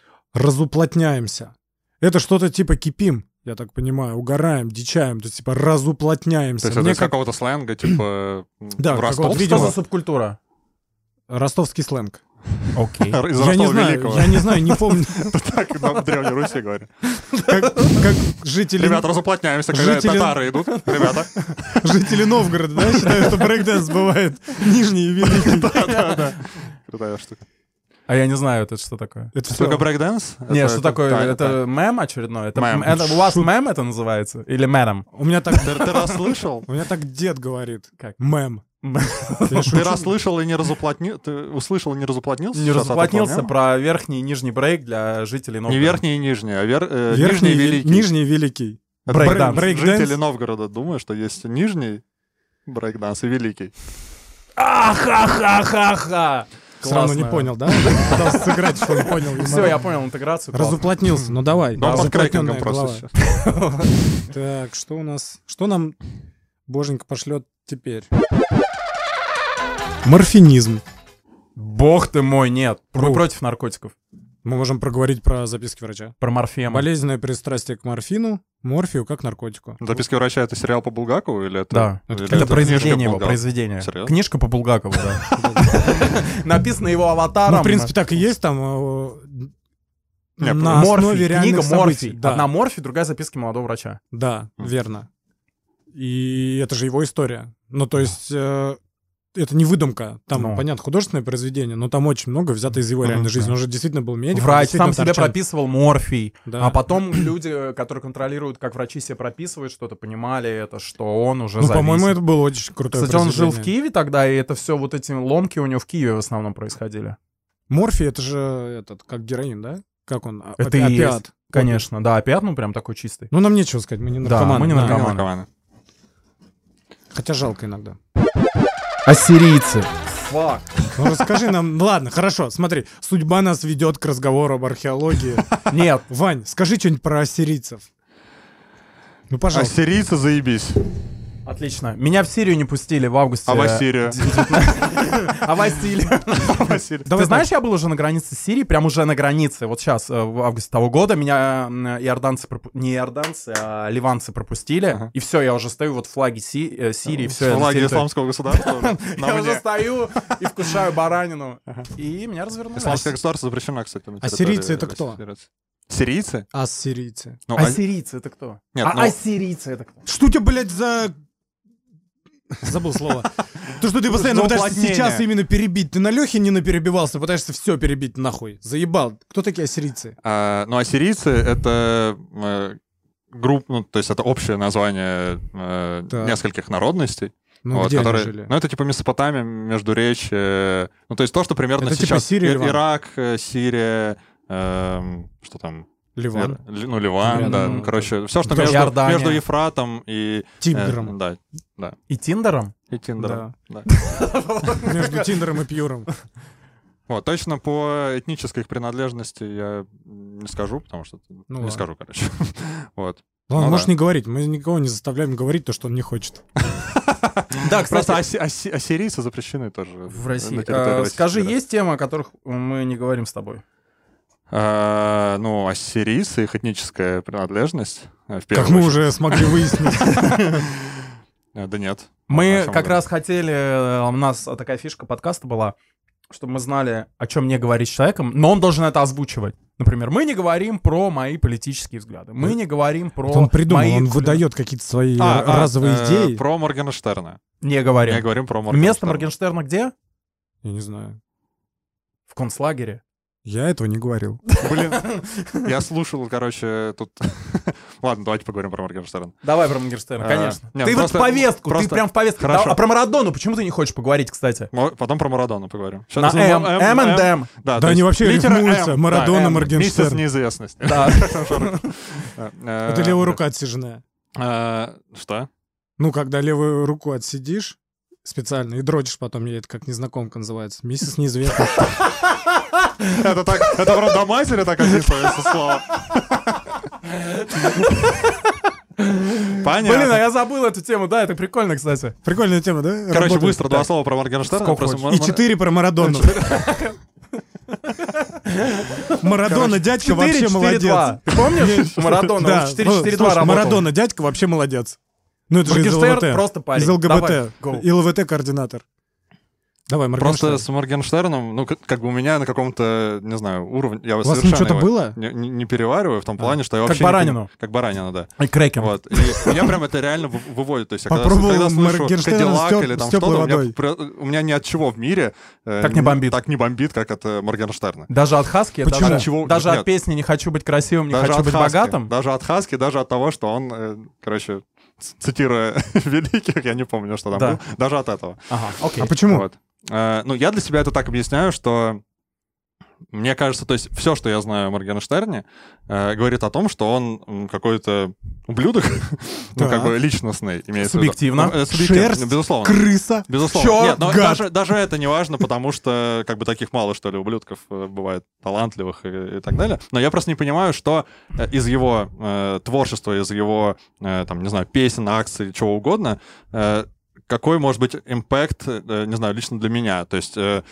Speaker 3: «разуплотняемся». Это что-то типа «кипим», я так понимаю, угораем, дичаем, то есть типа «разуплотняемся».
Speaker 4: То есть это
Speaker 3: Мне
Speaker 4: из
Speaker 3: как
Speaker 4: какого-то сленга, типа... м,
Speaker 3: Да,
Speaker 4: в
Speaker 3: какого-то
Speaker 4: Ростовского?
Speaker 2: Что
Speaker 3: видимо.
Speaker 2: за субкультура?
Speaker 3: ростовский сленг.
Speaker 2: Окей.
Speaker 4: Из
Speaker 3: я не
Speaker 4: Ростова
Speaker 3: знаю,
Speaker 4: Великого.
Speaker 3: я не знаю, не помню,
Speaker 4: Так нам в Древней Руси говорят.
Speaker 3: как, как жители,
Speaker 4: Ребят, разуплотняемся, когда
Speaker 3: Жители-
Speaker 4: татары идут. Ребята.
Speaker 3: жители Новгорода да, считают, что брейкденс бывает нижний и великий.
Speaker 4: Да-да-да. Крутая штука.
Speaker 2: А я не знаю, это что такое.
Speaker 3: Это всё.
Speaker 4: Только брейкденс?
Speaker 2: Не,
Speaker 4: Это-
Speaker 2: что такое?
Speaker 4: да,
Speaker 2: это мем очередной? Это,
Speaker 4: Мем.
Speaker 2: это у вас мем это называется? Или мэром?
Speaker 3: У меня так,
Speaker 4: Ты ты расслышал?
Speaker 3: у меня так дед говорит.
Speaker 2: Как?
Speaker 3: Мэм. Я
Speaker 4: Ты
Speaker 3: шучу.
Speaker 4: расслышал и не разуплотнил? Ты услышал и не разуплотнился?
Speaker 2: Не
Speaker 4: сейчас от
Speaker 2: разуплотнился
Speaker 4: этого мема?
Speaker 2: про верхний и нижний брейк для жителей
Speaker 4: Не
Speaker 2: Новгорода.
Speaker 4: верхний и нижний, а вер- э,
Speaker 3: Верхний
Speaker 4: нижний и
Speaker 3: вели-
Speaker 4: великий.
Speaker 3: Нижний великий.
Speaker 4: Это
Speaker 2: брейк-
Speaker 4: брейк-
Speaker 3: брейк-
Speaker 4: Жители
Speaker 3: брейк-данс.
Speaker 4: Новгорода думают, что есть нижний брейкданс и великий.
Speaker 2: Ахахахаха!
Speaker 3: Все равно не понял, да? Пытался сыграть, что он понял.
Speaker 2: Все, я понял интеграцию. классно.
Speaker 3: Разуплотнился, ну давай.
Speaker 4: Да, под крекингом
Speaker 3: Разуплотнённая
Speaker 4: просто
Speaker 3: голова.
Speaker 4: сейчас.
Speaker 3: Так, что у нас? Что нам боженька пошлет теперь? Морфинизм.
Speaker 2: Бог ты мой, нет. Мы
Speaker 3: Ру.
Speaker 2: против наркотиков.
Speaker 3: Мы можем проговорить про записки врача.
Speaker 2: Про морфему.
Speaker 3: Болезненное пристрастие к морфину, морфию как наркотику.
Speaker 4: Записки врача это сериал по Булгакову или это?
Speaker 2: Да.
Speaker 4: или
Speaker 2: Это, произведение
Speaker 4: книжка
Speaker 2: его,
Speaker 4: Булгакова?
Speaker 2: произведение.
Speaker 4: Серьезно?
Speaker 2: Книжка по Булгакову, да. Написано его аватаром.
Speaker 3: Ну, в принципе, так и есть там э,
Speaker 4: Не,
Speaker 3: на основе
Speaker 2: Морфий,
Speaker 3: реальных
Speaker 2: книга
Speaker 3: событий.
Speaker 2: Морфи.
Speaker 3: Да.
Speaker 2: Одна Морфи, другая записки молодого врача.
Speaker 3: Да,
Speaker 4: Мгм.
Speaker 3: верно. И это же его история. Ну, то есть, э, это не выдумка. Там,
Speaker 2: Ну.
Speaker 3: понятно, художественное произведение, но там очень много взято из его
Speaker 4: Мгм,
Speaker 3: реальной жизни.
Speaker 4: да.
Speaker 3: Он же действительно был медиком.
Speaker 2: Врач
Speaker 3: действительно
Speaker 2: сам себе
Speaker 3: торчал.
Speaker 2: прописывал морфий.
Speaker 3: Да.
Speaker 2: А потом люди, которые контролируют, как врачи себе прописывают что-то, понимали это, что он уже
Speaker 3: Ну,
Speaker 2: зависим.
Speaker 3: по-моему, это было очень крутое
Speaker 2: Кстати, он жил в
Speaker 3: произведение.
Speaker 2: Киеве тогда, и это все вот эти ломки у него в Киеве в основном происходили.
Speaker 3: Морфий — это же этот, как героин, да? Как он? А-
Speaker 2: Это и
Speaker 3: опи-
Speaker 2: есть.
Speaker 3: опиат.
Speaker 2: Конечно, да, опять, ну прям такой чистый.
Speaker 3: Ну, нам нечего сказать, мы не
Speaker 2: Да,
Speaker 3: наркоманы.
Speaker 2: мы не
Speaker 3: да.
Speaker 4: Они
Speaker 2: наркоманы.
Speaker 4: наркоманы.
Speaker 3: Хотя жалко иногда.
Speaker 2: Ассирийцы. Фак.
Speaker 3: Ну, расскажи нам... Ну, Ладно, хорошо, смотри. Судьба нас ведет к разговору об археологии.
Speaker 2: Нет,
Speaker 3: Вань, скажи что-нибудь про ассирийцев. Ну,
Speaker 4: А
Speaker 3: пожалуйста.
Speaker 4: сирийцы заебись.
Speaker 2: отлично. Меня в Сирию не пустили в августе.
Speaker 4: А в Ассирию?
Speaker 2: А в Ассирию.
Speaker 4: А Сирия-
Speaker 3: Давай
Speaker 2: Ты знаешь, я был уже на границе с Сирией, прям уже на границе. Вот сейчас, э, в августе того года, меня м, иорданцы, пропу- не иорданцы, а ливанцы пропустили.
Speaker 4: Ага.
Speaker 2: И все, я уже стою вот в флаге Си- э, Сирии.
Speaker 4: С
Speaker 2: Все,
Speaker 4: флаги исламского государства на
Speaker 2: Я уже
Speaker 4: мне.
Speaker 2: стою и вкушаю баранину. И меня развернули.
Speaker 4: Исламское государство запрещено, кстати, на
Speaker 3: А
Speaker 4: территории
Speaker 3: сирийцы это кто?
Speaker 4: Российской Федерации. Сирийцы?
Speaker 3: Ассирийцы.
Speaker 4: Ну, а-
Speaker 2: Ассирийцы это кто?
Speaker 4: Нет,
Speaker 2: а
Speaker 4: ну-
Speaker 2: ассирийцы это кто?
Speaker 3: Что у тебя, блядь, за... Забыл слово. То, что ты постоянно
Speaker 4: За
Speaker 3: пытаешься
Speaker 4: уплотнение.
Speaker 3: сейчас именно перебить. Ты на Лехе не наперебивался, пытаешься все перебить нахуй. Заебал. Кто такие ассирийцы?
Speaker 4: А, ну, а сирийцы — это группа, ну, то есть это общее название э,
Speaker 3: Так.
Speaker 4: нескольких народностей.
Speaker 3: Ну,
Speaker 4: вот,
Speaker 3: где они
Speaker 4: которые-
Speaker 3: жили?
Speaker 4: Ну, это типа Месопотамия, Междуречье, э, ну, то есть то, что примерно
Speaker 3: Это типа
Speaker 4: сейчас
Speaker 3: Сирия,
Speaker 4: И-
Speaker 3: Ливан?
Speaker 4: Ирак, э, Сирия, эм, что там?
Speaker 3: Ливан.
Speaker 4: Ир- Ли- ну, Ливан,
Speaker 3: Ливан,
Speaker 4: да.
Speaker 2: ну,
Speaker 4: ну, короче, все, что
Speaker 2: Да,
Speaker 4: между,
Speaker 2: Иордания.
Speaker 4: между Ефратом и... э,
Speaker 3: Тиндером.
Speaker 4: да,
Speaker 2: И Тиндером?
Speaker 4: и Тиндером. Да. э.
Speaker 3: Между Тиндером и Пьюром.
Speaker 4: Вот, точно по этнической их принадлежности я не скажу, потому что... не
Speaker 3: Ну ладно.
Speaker 4: скажу, короче. Вот.
Speaker 3: Он
Speaker 4: Ну
Speaker 3: может
Speaker 4: да.
Speaker 3: не говорить. Мы никого не заставляем говорить то, что он не хочет.
Speaker 2: Да,
Speaker 4: Просто
Speaker 2: кстати,
Speaker 4: асси- асси- ассирийцы запрещены тоже.
Speaker 2: в
Speaker 4: на
Speaker 2: России.
Speaker 4: территории
Speaker 2: Э,
Speaker 4: Российской
Speaker 2: Скажи,
Speaker 4: Федерации.
Speaker 2: есть темы, о которых мы не говорим с тобой?
Speaker 4: А, ну, ассирийцы, их этническая принадлежность. э, в
Speaker 3: Как
Speaker 4: первую
Speaker 3: мы
Speaker 4: очередь.
Speaker 3: уже смогли выяснить.
Speaker 4: Э, Да нет. На
Speaker 2: Мы
Speaker 4: самом
Speaker 2: как
Speaker 4: деле.
Speaker 2: раз хотели, э, у нас такая фишка подкаста была, чтобы мы знали, о чем не говорить с человеком, но он должен это озвучивать. Например, мы не говорим про мои политические взгляды, мы не говорим про
Speaker 3: Он придумал,
Speaker 2: мои...
Speaker 3: он
Speaker 2: кулина-
Speaker 3: выдает какие-то свои
Speaker 4: А, а,
Speaker 3: разовые
Speaker 4: э,
Speaker 3: идеи.
Speaker 4: Про Моргенштерна.
Speaker 2: Не
Speaker 4: Не
Speaker 2: говорим.
Speaker 4: говорим про Моргенштерна.
Speaker 2: Место Моргенштерна где?
Speaker 3: Я не знаю.
Speaker 2: В концлагере.
Speaker 3: Я этого не говорил.
Speaker 4: Блин, я слушал, короче, тут... Ладно, давайте поговорим про Моргенштерн.
Speaker 2: Давай про Моргенштерна,
Speaker 4: А,
Speaker 2: конечно.
Speaker 4: не,
Speaker 2: ты
Speaker 4: просто-
Speaker 2: вот в повестку,
Speaker 4: просто-
Speaker 2: ты прям в повестку.
Speaker 4: Хорошо.
Speaker 2: Да, а про Марадону почему ты не хочешь поговорить, кстати?
Speaker 4: Мо- Потом про Марадона поговорим.
Speaker 2: На
Speaker 4: Сейчас-
Speaker 2: М,
Speaker 4: М,
Speaker 2: М
Speaker 4: М.
Speaker 2: and М.
Speaker 4: Да,
Speaker 3: Да
Speaker 4: то
Speaker 3: они
Speaker 4: есть
Speaker 3: вообще
Speaker 4: литера
Speaker 3: рифмуются.
Speaker 4: М,
Speaker 3: Марадона,
Speaker 4: да, М.
Speaker 3: Моргенштерн.
Speaker 4: Месяц неизвестность.
Speaker 2: Да.
Speaker 3: Это
Speaker 4: Это
Speaker 3: левая рука отсиженная.
Speaker 4: э, Что?
Speaker 3: Ну, когда левую руку отсидишь специально и дрочишь потом, ей это как незнакомка называется. Миссис неизвестная.
Speaker 4: Это так, это в роддоматере так описывается слово. Понятно.
Speaker 2: Блин, а я забыл эту тему, да, это прикольно, кстати.
Speaker 3: Прикольная тема, да?
Speaker 4: Короче,
Speaker 3: Работает.
Speaker 4: быстро два
Speaker 3: Так.
Speaker 4: слова про Моргенштерна.
Speaker 2: Сколько
Speaker 4: Просто
Speaker 2: хочешь.
Speaker 4: мо-
Speaker 3: И
Speaker 4: мо-
Speaker 3: четыре про Марадону. Марадона, дядька, вообще
Speaker 2: 4-4-2.
Speaker 3: молодец.
Speaker 2: Ты помнишь Марадона? Он
Speaker 3: Да,
Speaker 2: в 4-4-2
Speaker 3: слушай,
Speaker 2: работал.
Speaker 3: Марадона, дядька, вообще молодец. Ну, это же из
Speaker 2: Моргенштерн
Speaker 3: ЛВТ.
Speaker 2: просто парень.
Speaker 3: Из ЛГБТ.
Speaker 2: Давай, go.
Speaker 3: И ЛВТ-координатор. Давай, Моргенштерн.
Speaker 4: Просто с Моргенштерном, ну, как- как бы у меня на каком-то, не знаю, уровне... Я
Speaker 3: У
Speaker 4: вот
Speaker 3: вас там
Speaker 4: совершенно
Speaker 3: что-то
Speaker 4: его
Speaker 3: было?
Speaker 4: Не, не- не перевариваю в том плане, что я
Speaker 2: Как
Speaker 4: вообще... не
Speaker 2: баранину.
Speaker 4: понимаю- Как баранину, да.
Speaker 2: И Крэкен.
Speaker 4: Вот. И меня прям это реально вы- выводит. То есть я когда,
Speaker 3: Попробовал
Speaker 4: когда слышу
Speaker 3: Моргенштерна
Speaker 4: Кадиллак
Speaker 3: с тёп-
Speaker 4: или там
Speaker 3: с тёплой
Speaker 4: что-то, у меня,
Speaker 3: водой.
Speaker 4: пр- у меня ни от чего в мире... э,
Speaker 2: Так не бомбит.
Speaker 4: Так не бомбит, как от э, Моргенштерна.
Speaker 2: Даже от Хаски,
Speaker 3: Почему?
Speaker 2: даже,
Speaker 4: От чего?
Speaker 2: даже
Speaker 4: Нет.
Speaker 2: от песни «Не хочу быть красивым, не
Speaker 4: Даже
Speaker 2: хочу
Speaker 4: от
Speaker 2: быть
Speaker 4: Хаски.
Speaker 2: богатым».
Speaker 4: Даже от Хаски, даже от того, что он, э, короче, ц- цитируя великих, я не помню, что там
Speaker 2: Да.
Speaker 4: было, даже от этого.
Speaker 2: Ага, окей.
Speaker 3: А почему?
Speaker 4: Вот. Э, ну, я для себя это так объясняю, что мне кажется, то есть все, что я знаю о Моргенштерне, э, говорит о том, что он м, какой-то ублюдок, ну, как
Speaker 3: Так.
Speaker 4: бы личностный, имеется в виду.
Speaker 2: Субъективно.
Speaker 4: Ну, э, субъективно,
Speaker 3: Шерсть,
Speaker 4: безусловно.
Speaker 3: Крыса.
Speaker 4: Безусловно.
Speaker 2: Чёрт,
Speaker 4: Нет, но
Speaker 3: гад.
Speaker 4: даже, даже это не важно, потому что как бы таких мало, что ли, ублюдков э, бывает талантливых и, и так далее. Но я просто не понимаю, что э, из его э, творчества, из его, э, там, не знаю, песен, акций, чего угодно, э, какой может быть импект, э, не знаю, лично для меня. То есть, э,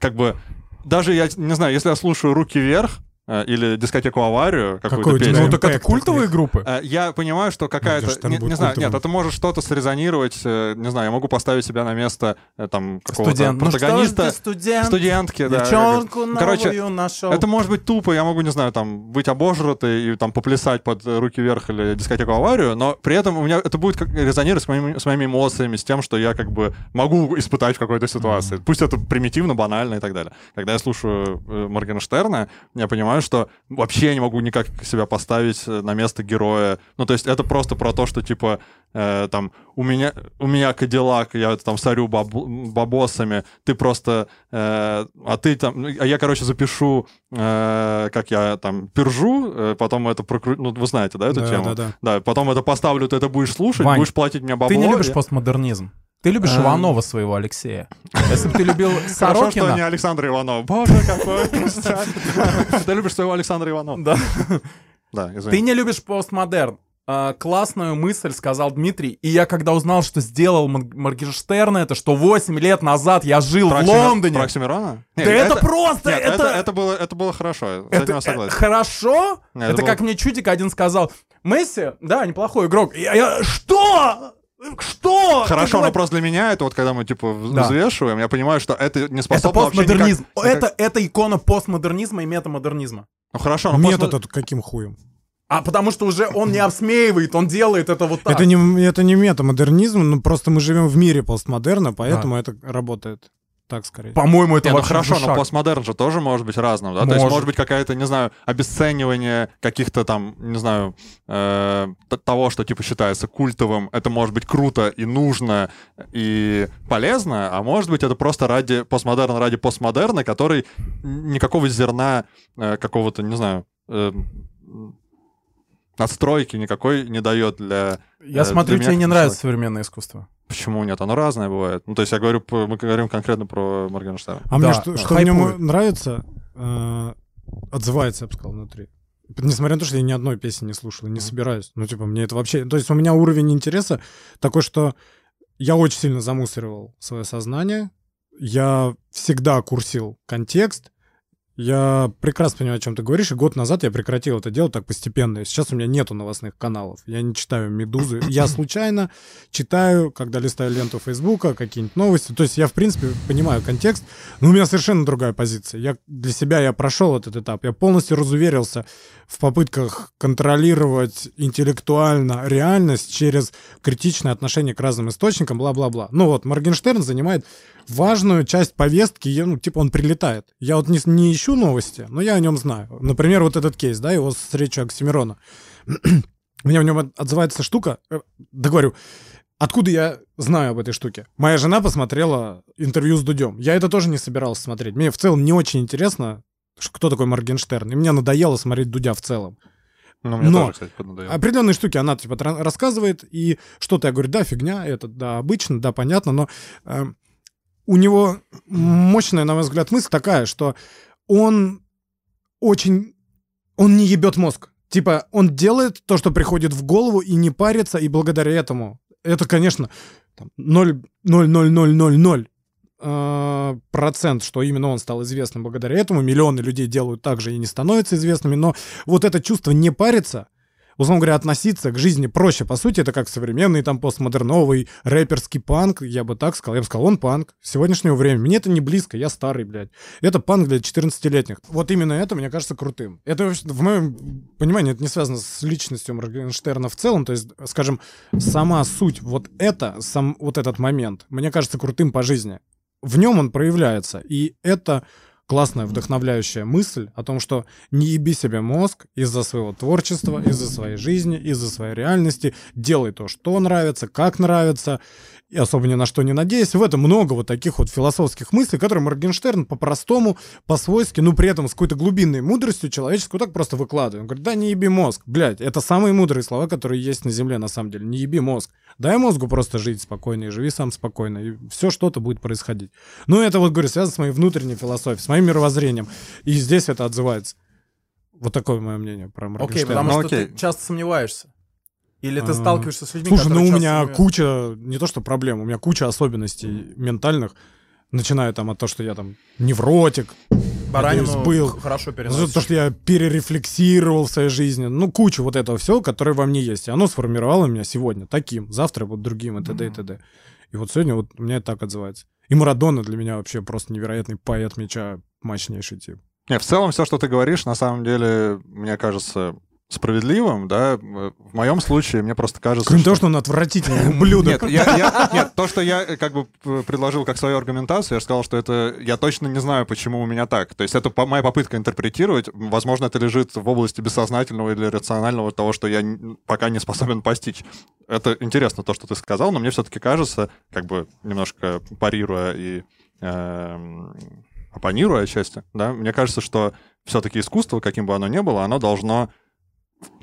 Speaker 4: как бы, даже я, не знаю, если я слушаю «Руки вверх», э, или дискотеку «Аварию», какую-то
Speaker 3: Какой у тебя
Speaker 4: песню.
Speaker 2: Ну так это
Speaker 3: Impact
Speaker 2: культовые
Speaker 3: таких.
Speaker 2: группы.
Speaker 4: Э, Я понимаю, что
Speaker 3: Ну,
Speaker 4: какая-то...
Speaker 3: Дёштерн
Speaker 4: Не,
Speaker 3: будет
Speaker 4: не знаю,
Speaker 3: культовым.
Speaker 4: нет, это может что-то срезонировать, э, не знаю, я могу поставить себя на место э, там какого-то
Speaker 2: Студент. Ну что ж ты,
Speaker 4: протагониста,
Speaker 2: студент?
Speaker 4: студентки, да. ну,
Speaker 2: Девчонку
Speaker 4: Короче,
Speaker 2: новую нашел.
Speaker 4: это может быть тупо, я могу, не знаю, там, быть обожратый и там поплясать под э, руки вверх или дискотеку аварию, но при этом у меня это будет как резонировать с моими, с моими эмоциями, с тем, что я как бы могу испытать в какой-то ситуации. Пусть это примитивно, банально и так далее. Когда я слушаю э, Моргенштерна, я понимаю, что вообще я не могу никак себя поставить э, на место героя. Ну, то есть это просто про то, что, типа, э, там, у меня, у меня кадиллак, я там сорю баб- бабосами, ты просто, э, а ты там, ну, а я, короче, запишу, э, как я там пержу, э, потом это прокру... ну, вы знаете, да, эту
Speaker 3: Да,
Speaker 4: тему?
Speaker 3: да, да.
Speaker 4: потом это поставлю, ты это будешь слушать,
Speaker 2: Вань,
Speaker 4: будешь платить мне бабло.
Speaker 2: Ты не любишь
Speaker 4: Я-
Speaker 2: постмодернизм. Ты любишь
Speaker 4: Эм.
Speaker 2: Иванова своего Алексея. Если бы ты любил
Speaker 4: Хорошо, что не а-
Speaker 2: Сорокина...
Speaker 4: Александр Иванов. Боже, какой пустяк. Ты любишь своего Александра Иванова.
Speaker 2: Да.
Speaker 4: Да, извини.
Speaker 2: Ты не любишь постмодерн. А, классную мысль сказал Дмитрий. И я когда узнал, что сделал Мон- Моргенштерн, это что 8 лет назад я жил в
Speaker 4: Проксимир-
Speaker 2: Лондоне.
Speaker 4: Проксимирона?
Speaker 2: Да
Speaker 4: Нет,
Speaker 2: это, просто,
Speaker 4: Нет,
Speaker 2: это,
Speaker 4: это, это было, это было хорошо. С
Speaker 2: это-
Speaker 4: этим я
Speaker 2: э,
Speaker 4: согласен.
Speaker 2: хорошо.
Speaker 4: Нет,
Speaker 2: это
Speaker 4: это было-
Speaker 2: как мне Чудик один сказал. Месси, да, неплохой игрок. Я, я- что? Что? Ты
Speaker 4: Хорошо, но
Speaker 2: говоришь?
Speaker 4: просто для меня это вот когда мы типа в-
Speaker 2: Да.
Speaker 4: взвешиваем, я понимаю, что это не
Speaker 2: Это
Speaker 4: способно вообще
Speaker 2: постмодернизм.
Speaker 4: никак- никак-
Speaker 2: Это, это икона постмодернизма и метамодернизма.
Speaker 4: Ну хорошо, но
Speaker 3: Метод
Speaker 4: постмо-
Speaker 3: этот каким хуем?
Speaker 2: А потому что уже он не обсмеивает, он делает это вот так.
Speaker 3: Это не, это не метамодернизм, но просто мы живем в мире постмодерна, поэтому это работает. Так скорее.
Speaker 2: По-моему, это
Speaker 4: Не, ну
Speaker 2: вообще
Speaker 4: хорошо,
Speaker 2: шаг.
Speaker 4: но постмодерн же тоже может быть разным, да? То есть
Speaker 2: Может.
Speaker 4: может быть какая-то, не знаю, обесценивание каких-то там, не знаю, э, т- того, что типа считается культовым. Это может быть круто и нужно и полезно, а может быть это просто ради постмодерна, ради постмодерна, который никакого зерна э, какого-то, не знаю, э, м, надстройки никакой не дает для...
Speaker 2: Я
Speaker 4: э,
Speaker 2: смотрю,
Speaker 4: для меня
Speaker 2: тебе не
Speaker 4: как
Speaker 2: нравится
Speaker 4: человека.
Speaker 2: современное искусство.
Speaker 4: Почему нет? Оно разное бывает. Ну, то есть я говорю, п- мы говорим конкретно про Моргенштерна.
Speaker 3: А мне
Speaker 2: Да,
Speaker 3: что,
Speaker 2: да.
Speaker 3: что в нем
Speaker 2: Хайпует.
Speaker 3: нравится, э, отзывается, я бы сказал, внутри. Несмотря на то, что я ни одной песни не слушал, и не собираюсь. Ну, типа, мне это вообще... То есть у меня уровень интереса такой, что я очень сильно замусоривал свое сознание. Я всегда курсил контекст. Я прекрасно понимаю, о чем ты говоришь, и год назад я прекратил это делать так постепенно. И Сейчас у меня нету новостных каналов. Я не читаю «Медузы». Я случайно читаю, когда листаю ленту Фейсбука, какие-нибудь новости. То есть я, в принципе, понимаю контекст, но Ну, у меня совершенно другая позиция. Я для себя я прошел этот этап. Я полностью разуверился в попытках контролировать интеллектуально реальность через критичное отношение к разным источникам, бла-бла-бла. Ну вот, Моргенштерн занимает важную часть повестки, я, ну, типа, он прилетает. Я вот не, с- не ищу новости, но я о нем знаю. Например, вот этот кейс, да, его встреча Оксимирона. Мне в нем от- отзывается штука. э, Да говорю, откуда я знаю об этой штуке? Моя жена посмотрела интервью с Дудем. Я это тоже не собирался смотреть. Мне в целом не очень интересно, ш- кто такой Моргенштерн. И мне надоело смотреть Дудя в целом.
Speaker 4: Ну, мне
Speaker 3: Но-
Speaker 4: тоже, кстати, поднадоело.
Speaker 3: Определенные штуки она типа тра- рассказывает, и что-то я говорю, да, фигня, это да, обычно, да, понятно, но э, у него мощная, на мой взгляд, мысль такая, что он очень, он не ебет мозг. Типа, он делает то, что приходит в голову, и не парится, и благодаря этому. Это, конечно, там, 0,0000 э, процент, что именно он стал известным благодаря этому. Миллионы людей делают так же и не становятся известными, но вот это чувство не париться, условно говоря, относиться к жизни проще. По сути, это как современный там постмодерновый рэперский панк, я бы так сказал. Я бы сказал, он панк сегодняшнего времени. Мне это не близко, я старый, блядь. Это панк для 14-летних. Вот именно это, мне кажется, крутым. Это, вообще- в моем понимании, это не связано с личностью Моргенштерна в целом. То есть, скажем, сама суть вот это, сам вот этот момент, мне кажется, крутым по жизни. В нем он проявляется. И это классная вдохновляющая мысль о том, что не еби себе мозг из-за своего творчества, из-за своей жизни, из-за своей реальности. Делай то, что нравится, как нравится, и особо ни на что не надеясь. В этом много вот таких вот философских мыслей, которые Моргенштерн по-простому, по-свойски, но при этом с какой-то глубинной мудростью человеческую так просто выкладывает. Он говорит, да не еби мозг, блядь, это самые мудрые слова, которые есть на земле на самом деле. Не еби мозг. Дай мозгу просто жить спокойно и живи сам спокойно, и все что-то будет происходить. Ну, это вот, говорю, связано с моей внутренней философией, с моим мировоззрением. И здесь это отзывается. Вот такое мое мнение про Моргенштерна.
Speaker 2: Окей, потому
Speaker 4: Ну,
Speaker 2: что
Speaker 4: окей.
Speaker 2: ты часто сомневаешься. Или ты
Speaker 3: А,
Speaker 2: сталкиваешься с людьми,
Speaker 3: Слушай, ну
Speaker 2: которые
Speaker 3: у
Speaker 2: часто
Speaker 3: меня
Speaker 2: сомневаются?
Speaker 3: куча, не то что проблем, у меня куча особенностей ментальных, начиная там от того, что я там невротик,
Speaker 2: Баранину
Speaker 3: надеюсь, был.
Speaker 2: ну, х- хорошо
Speaker 3: за
Speaker 2: переносишь.
Speaker 3: то, что я перерефлексировал в своей жизни, ну куча вот этого всего, которое во мне есть, и оно сформировало меня сегодня таким, завтра вот другим, и т.д. и т.д. И вот сегодня вот у меня это так отзывается. И Марадона для меня вообще просто невероятный поэт меча, мощнейший тип.
Speaker 4: Не, в целом все, что ты говоришь, на самом деле, мне кажется справедливым, да. В моем случае мне просто кажется...
Speaker 3: Кроме
Speaker 4: что-
Speaker 3: того, что он отвратительный ублюдок.
Speaker 4: ну Нет, я- я- нет, то, что я э, как бы п- предложил как свою аргументацию, я же сказал, что это я точно не знаю, почему у меня так. То есть это по- моя попытка интерпретировать. Возможно, это лежит в области бессознательного или рационального того, что я н- пока не способен постичь. Это интересно то, что ты сказал, но мне все-таки кажется, как бы немножко парируя и эм, оппонируя отчасти, да, мне кажется, что все-таки искусство, каким бы оно ни было, оно должно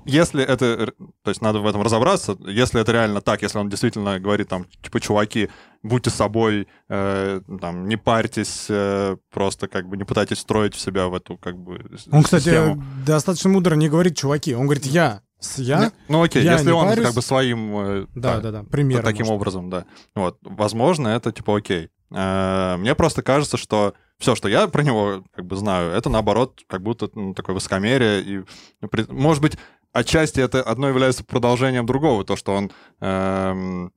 Speaker 4: если это, р- то есть надо в этом разобраться, если это реально так, если он действительно говорит там, типа, чуваки, будьте собой, э, там, не парьтесь, э, просто как бы не пытайтесь строить в себя в эту как бы с-
Speaker 3: Он, кстати,
Speaker 4: систему.
Speaker 3: достаточно мудро не говорит «чуваки», он говорит «я». С «я»
Speaker 4: Не- Ну окей,
Speaker 3: Я
Speaker 4: если
Speaker 3: не
Speaker 4: он
Speaker 3: парюсь.
Speaker 4: как бы своим... э,
Speaker 3: Да,
Speaker 4: так,
Speaker 3: да, да.
Speaker 4: вот
Speaker 3: Пример.
Speaker 4: таким
Speaker 3: может.
Speaker 4: образом, да. Вот, возможно, это типа окей. Э, Мне просто кажется, что все, что я про него как бы знаю, это наоборот как будто ну, такое высокомерие и, ну, при- может быть, отчасти это одно является продолжением другого, то что он эм,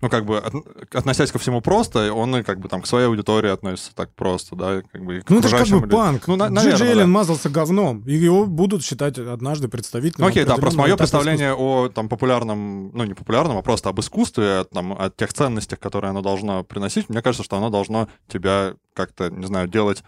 Speaker 4: ну, как бы, от- относясь ко всему просто, он и как бы там к своей аудитории относится так просто, да, и, как бы и к
Speaker 3: Ну, это же как
Speaker 4: окружающим
Speaker 3: бы
Speaker 4: людям.
Speaker 3: панк.
Speaker 4: Ну, на-
Speaker 3: Джей
Speaker 4: наверное, да.
Speaker 3: Джейлин мазался говном, и его будут считать однажды представителем.
Speaker 4: Ну, окей, да, просто
Speaker 3: определенного
Speaker 4: мое
Speaker 3: этапа
Speaker 4: представление о там популярном, ну, не популярном, а просто об искусстве, о, там, о тех ценностях, которые оно должно приносить, мне кажется, что оно должно тебя как-то, не знаю, делать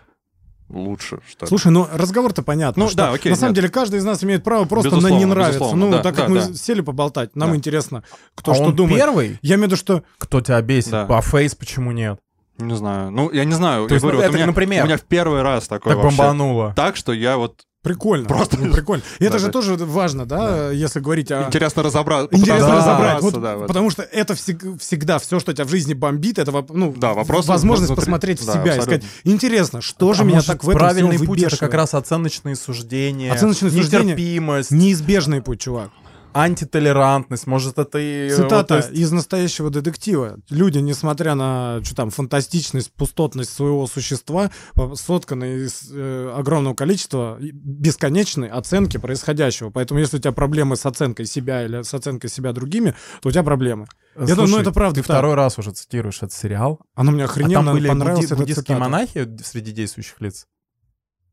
Speaker 4: лучше, что ли.
Speaker 3: Слушай, ну разговор-то понятно.
Speaker 4: Ну,
Speaker 3: что
Speaker 4: да, окей,
Speaker 3: На самом
Speaker 4: нет.
Speaker 3: деле каждый из нас имеет право просто на
Speaker 4: Безусловно,
Speaker 3: не нравится.
Speaker 4: безусловно,
Speaker 3: Ну,
Speaker 4: да,
Speaker 3: так как
Speaker 4: да,
Speaker 3: мы
Speaker 4: да.
Speaker 3: сели поболтать, нам
Speaker 4: Да.
Speaker 3: интересно, кто
Speaker 2: А
Speaker 3: что
Speaker 2: он
Speaker 3: думает.
Speaker 2: первый,
Speaker 3: Я имею в виду, что
Speaker 2: кто тебя бесит,
Speaker 4: Да.
Speaker 2: а Фейс почему нет?
Speaker 4: Не знаю. Ну, я не знаю.
Speaker 2: То
Speaker 4: я
Speaker 2: есть,
Speaker 4: говорю,
Speaker 2: ну,
Speaker 4: вот
Speaker 2: это,
Speaker 4: у меня,
Speaker 2: например.
Speaker 4: у меня в первый раз такое
Speaker 2: так
Speaker 4: вообще.
Speaker 2: бомбануло.
Speaker 4: Так, что я вот
Speaker 3: прикольно.
Speaker 4: Просто-
Speaker 3: ну, прикольно. И это
Speaker 4: Да,
Speaker 3: же
Speaker 4: да.
Speaker 3: тоже важно, да, если говорить о...
Speaker 4: интересно разобраться.
Speaker 3: Интересно
Speaker 2: Да.
Speaker 3: разобрать. Вот
Speaker 4: да, вот.
Speaker 3: Потому что это всег- всегда все, что тебя в жизни бомбит, это воп- ну,
Speaker 4: Да, вопрос
Speaker 3: возможность
Speaker 4: внутри.
Speaker 3: посмотреть в
Speaker 4: Да,
Speaker 3: себя и сказать,
Speaker 4: абсолютно.
Speaker 3: интересно, что же
Speaker 2: А
Speaker 3: меня
Speaker 2: может,
Speaker 3: так в этом
Speaker 2: правильный
Speaker 3: всем
Speaker 2: путь это как
Speaker 3: выбешивает?
Speaker 2: раз оценочные суждения,
Speaker 3: Оценочные суждения.
Speaker 2: нетерпимость,
Speaker 3: Неизбежный путь, чувак.
Speaker 2: антитолерантность. Может, это и... э, вот, то
Speaker 3: Цитата
Speaker 2: есть,
Speaker 3: из настоящего детектива. Люди, несмотря на что там фантастичность, пустотность своего существа, по- сотканы из э, огромного количества и- бесконечной оценки происходящего. Поэтому, если у тебя проблемы с оценкой себя или с оценкой себя другими, то у тебя проблемы.
Speaker 2: э,
Speaker 3: Я думаю, ну
Speaker 2: слушай,
Speaker 3: это правда.
Speaker 2: Ты
Speaker 3: так.
Speaker 2: второй раз уже цитируешь этот сериал.
Speaker 3: Она мне
Speaker 2: А там
Speaker 3: охрененно
Speaker 2: были
Speaker 3: понравилась
Speaker 2: будди-
Speaker 3: эта
Speaker 2: буддистские
Speaker 3: цитата.
Speaker 2: монахи среди действующих лиц.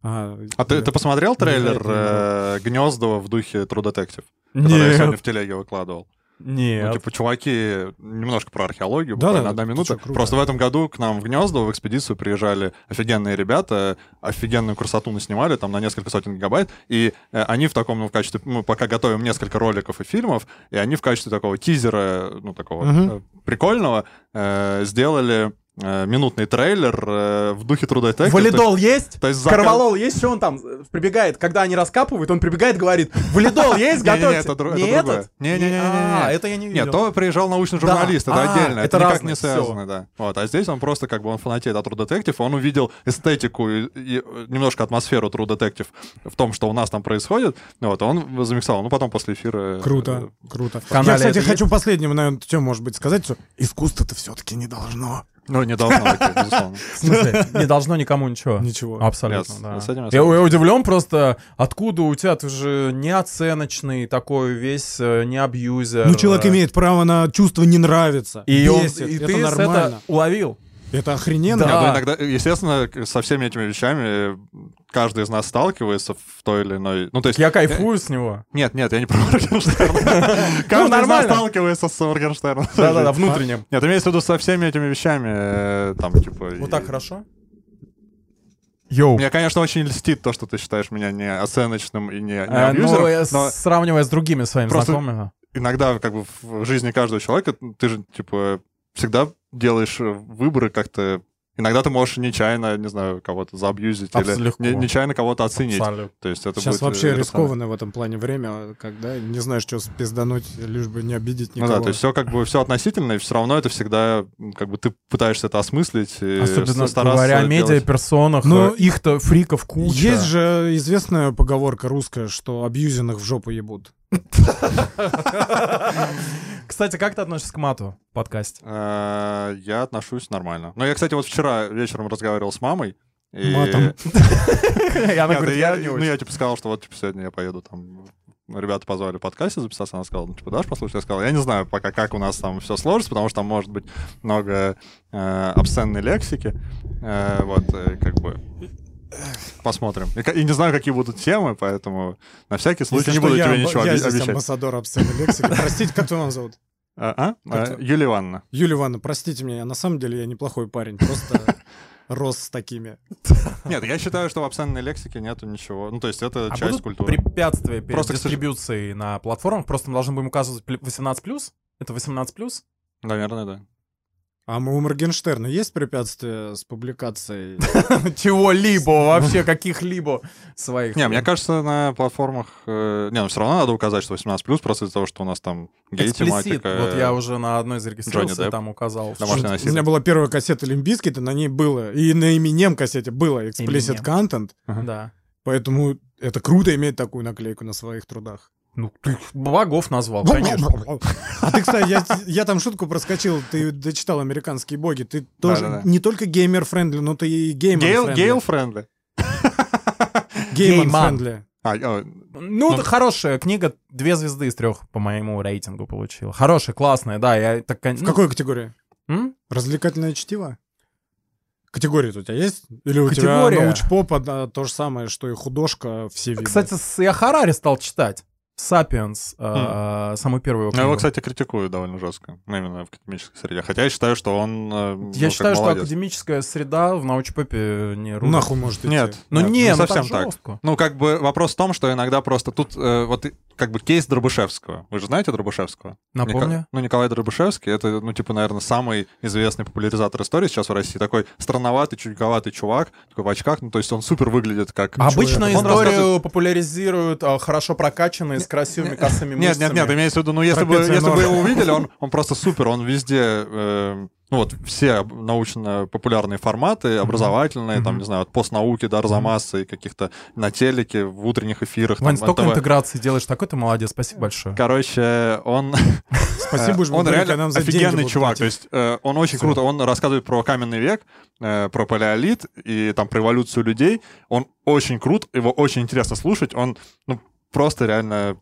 Speaker 3: А,
Speaker 4: А ты, ты посмотрел
Speaker 3: я
Speaker 4: трейлер
Speaker 3: этого не
Speaker 4: э, Гнездова в духе True Detective, который я
Speaker 2: Нет.
Speaker 4: сегодня в телеге выкладывал? Ну,
Speaker 2: Нет.
Speaker 4: типа, чуваки, немножко про археологию,
Speaker 3: Да-да,
Speaker 4: буквально одна
Speaker 3: ты
Speaker 4: минута.
Speaker 3: чё, круто.
Speaker 4: Просто в этом году к нам в Гнездо, в экспедицию приезжали офигенные ребята, офигенную красоту наснимали, там, на несколько сотен гигабайт, и э, они в таком, ну, в качестве... Мы пока готовим несколько роликов и фильмов, и они в качестве такого тизера, ну, такого
Speaker 3: Мгм.
Speaker 4: э, прикольного, э, сделали э, минутный трейлер э, в духе труда и Detective.
Speaker 2: Валидол есть?
Speaker 4: то есть за-
Speaker 2: Карвалол есть? Что он там э, прибегает? Когда они раскапывают, он прибегает, говорит, валидол есть?
Speaker 4: Не-не-не,
Speaker 2: Готовьте.
Speaker 4: это дру- это
Speaker 2: Не
Speaker 4: другое.
Speaker 2: этот?
Speaker 4: Не-не-не-не-не.
Speaker 2: А, это я не видел.
Speaker 4: Нет, то приезжал научный журналист,
Speaker 2: Да.
Speaker 4: это
Speaker 2: А,
Speaker 4: отдельно,
Speaker 2: это
Speaker 4: это, никак
Speaker 2: разное,
Speaker 4: не связано, да. Вот, а здесь он просто как бы он фанатеет от True Detective, он увидел эстетику и, и, э, немножко атмосферу True Detective в том, что у нас там происходит, вот, он замиксовал, ну потом после эфира... э,
Speaker 3: Круто, круто.
Speaker 2: канале
Speaker 3: Я, кстати,
Speaker 2: это
Speaker 3: хочу последним, наверное, тем, может быть, сказать, что искусство-то все-таки не должно.
Speaker 4: Ну, не должно быть, безусловно.
Speaker 2: В смысле? Не должно никому ничего.
Speaker 3: Ничего.
Speaker 4: Я с-
Speaker 2: Абсолютно, да.
Speaker 4: с этим я
Speaker 2: я, я удивлен просто, откуда у тебя, ты же неоценочный такой весь, э, не абьюзер.
Speaker 3: Ну, человек
Speaker 2: э,
Speaker 3: имеет право на чувство не нравится.
Speaker 2: И, он,
Speaker 3: бесит,
Speaker 2: и
Speaker 3: это
Speaker 2: ты с это
Speaker 3: нормально.
Speaker 2: уловил.
Speaker 3: Это охрененно.
Speaker 2: Да.
Speaker 4: Нет, ну, иногда, естественно, к- со всеми этими вещами э, каждый из нас сталкивается в той или иной... Ну, то есть...
Speaker 2: Я кайфую с него.
Speaker 4: Нет, нет, я не про Моргенштерна. Каждый из нас
Speaker 2: Ну, нормально.
Speaker 4: сталкивается с Моргенштерном.
Speaker 3: А?
Speaker 2: Да-да-да, внутренним.
Speaker 4: Нет, имеется в виду со всеми этими вещами, э, там, типа...
Speaker 2: Вот
Speaker 4: и-
Speaker 2: так хорошо? Йоу.
Speaker 4: Меня, конечно, очень льстит то, что ты считаешь меня не оценочным и не, не
Speaker 2: Э, ну, э,
Speaker 4: абьюзером,
Speaker 2: с-
Speaker 4: но
Speaker 2: сравнивая с другими своими
Speaker 4: Просто-
Speaker 2: знакомыми.
Speaker 4: иногда как бы в жизни каждого человека ты же, типа, всегда делаешь э, выборы как-то... Иногда ты можешь нечаянно, не знаю, кого-то заабьюзить
Speaker 2: Абсолютно
Speaker 4: или
Speaker 2: легко.
Speaker 4: не- нечаянно кого-то оценить.
Speaker 2: Абсолютно.
Speaker 4: То есть это
Speaker 3: Сейчас
Speaker 4: будет, э,
Speaker 3: вообще
Speaker 4: это самое.
Speaker 3: рискованно в этом плане время, когда не знаешь, что спиздануть, лишь бы не обидеть
Speaker 4: Ну
Speaker 3: никого.
Speaker 4: да, то есть все как бы все относительно, и все равно это всегда м, как бы ты пытаешься это осмыслить. и
Speaker 2: Особенно
Speaker 4: э, стараться
Speaker 2: говоря о
Speaker 4: делать-
Speaker 2: медиаперсонах,
Speaker 3: Ну,
Speaker 2: э, их-то фриков куча.
Speaker 3: Есть же известная поговорка русская, что абьюзенных в жопу ебут.
Speaker 2: Кстати, как ты относишься к мату в подкасте?
Speaker 4: Э, Я отношусь нормально. Ну, я, кстати, вот вчера вечером разговаривал с мамой. И...
Speaker 3: Матом.
Speaker 2: И она
Speaker 4: Нет,
Speaker 2: говорит,
Speaker 4: я,
Speaker 2: я не
Speaker 4: ну,
Speaker 2: очень.
Speaker 4: я типа сказал, что вот типа, сегодня я поеду там. Ребята позвали в подкасте записаться, она сказала, ну, типа, дашь послушать? Я сказал, я не знаю пока, как у нас там все сложится, потому что там может быть много э, обсценной лексики. Э, вот, э, как бы, посмотрим. И, ка- и не знаю, какие будут темы, поэтому на всякий случай
Speaker 3: Если
Speaker 4: Ну, не буду
Speaker 3: что, я
Speaker 4: тебе
Speaker 3: амба-
Speaker 4: ничего
Speaker 3: Я
Speaker 4: обе-
Speaker 3: здесь
Speaker 4: обещать.
Speaker 3: амбассадор обсценной лексики. Простите, как тебя вам зовут?
Speaker 4: А, а?
Speaker 3: Как-то-
Speaker 4: Э, Юлия Ивановна.
Speaker 3: Юлия Ивановна, простите меня, я на самом деле я неплохой парень, просто рос с такими.
Speaker 4: Нет, я считаю, что в обсценной лексике нету ничего. Ну, то есть это
Speaker 2: А будут
Speaker 4: часть культуры.
Speaker 2: препятствия перед
Speaker 4: Просто, к сожалению-
Speaker 2: дистрибьюцией на платформах? Просто мы должны будем указывать пле- 18+. Это 18+.
Speaker 4: Наверное, да.
Speaker 3: А мы у Моргенштерна есть препятствия с публикацией?
Speaker 2: Чего-либо вообще, каких-либо своих.
Speaker 4: Не, мне кажется, на платформах... э, не, ну все равно надо указать, что 18+, просто из-за того, что у нас там
Speaker 2: Эксплисит.
Speaker 4: гей-тематика.
Speaker 2: Вот я уже на одной зарегистрировался,
Speaker 4: э, Джонни
Speaker 2: и
Speaker 4: Депп.
Speaker 2: там указал.
Speaker 4: Домашний
Speaker 2: что-
Speaker 4: насилие.
Speaker 3: У меня была первая кассета Лимбискита, на ней было, и на именем кассете было explicit
Speaker 2: Eminem.
Speaker 3: content,
Speaker 2: Да.
Speaker 3: поэтому это круто иметь такую наклейку на своих трудах.
Speaker 2: Ну, ты богов
Speaker 4: Ну,
Speaker 2: назвал, конечно.
Speaker 3: А ты, кстати, я, я там шутку проскочил, ты дочитал «Американские боги», ты тоже
Speaker 4: Да-да-да.
Speaker 3: не только геймер-френдли, но ты и
Speaker 4: Гейл,
Speaker 3: геймер-френдли.
Speaker 4: гейл френдли.
Speaker 3: Геймер-френдли.
Speaker 4: А, э,
Speaker 2: Ну, это хорошая книга, две звезды из трех по моему рейтингу получила. Хорошая, классная, да, я так... кон-
Speaker 3: В
Speaker 2: ну,
Speaker 3: какой категории?
Speaker 2: м?
Speaker 3: Развлекательное чтиво? Категория у тебя есть? Или у тебя
Speaker 2: Категория.
Speaker 3: научпоп одна- то же самое, что и художка все виды?
Speaker 2: Кстати, с- я Харари стал читать. Сапиенс, э, самый первый его
Speaker 4: Хм. ну, его,
Speaker 2: книгу.
Speaker 4: кстати, критикуют довольно жестко, ну, именно в академической среде. Хотя я считаю, что он... э, ну,
Speaker 2: Я
Speaker 4: как
Speaker 2: считаю, что
Speaker 4: молодец.
Speaker 2: академическая среда в научпопе не рулит.
Speaker 3: Нахуй может идти.
Speaker 4: Нет,
Speaker 2: Ну
Speaker 4: нет,
Speaker 2: не, ну так
Speaker 4: совсем так.
Speaker 2: жестко.
Speaker 4: Ну, как бы вопрос в том, что иногда просто тут э, вот и- как бы кейс Дробышевского. Вы же знаете Дробышевского? Ника-
Speaker 2: Напомню.
Speaker 4: Ну, Николай Дробышевский, это, ну, типа, наверное, самый известный популяризатор истории сейчас в России. Такой странноватый, чуйковатый чувак, такой в очках, ну, то есть он супер выглядит как...
Speaker 2: Обычно
Speaker 4: Он
Speaker 2: историю популяризируют а, хорошо прокачанные, с красивыми косыми
Speaker 4: Нет, нет,
Speaker 2: мышцами.
Speaker 4: нет, имеется в виду, ну, если бы,
Speaker 3: Трапеция
Speaker 4: если бы
Speaker 3: норма.
Speaker 4: его увидели, он, он просто супер, он везде... э, ну вот все об- научно-популярные форматы, образовательные, там,
Speaker 2: Мгм.
Speaker 4: не знаю, от постнауки до Арзамаса и каких-то на телеке, в утренних эфирах. там,
Speaker 2: Вань, столько
Speaker 4: НТВ.
Speaker 2: интеграции делаешь, такой ты молодец, спасибо большое.
Speaker 4: Короче, он...
Speaker 3: Спасибо,
Speaker 4: Э,
Speaker 3: будешь
Speaker 4: Он реально
Speaker 3: а нам за деньги
Speaker 4: офигенный
Speaker 3: будут
Speaker 4: чувак. То
Speaker 3: платить.
Speaker 4: есть э, он очень круто. Он рассказывает про каменный век, э, про палеолит и там про эволюцию людей. Он очень крут, его очень интересно слушать. Он ну, просто реально,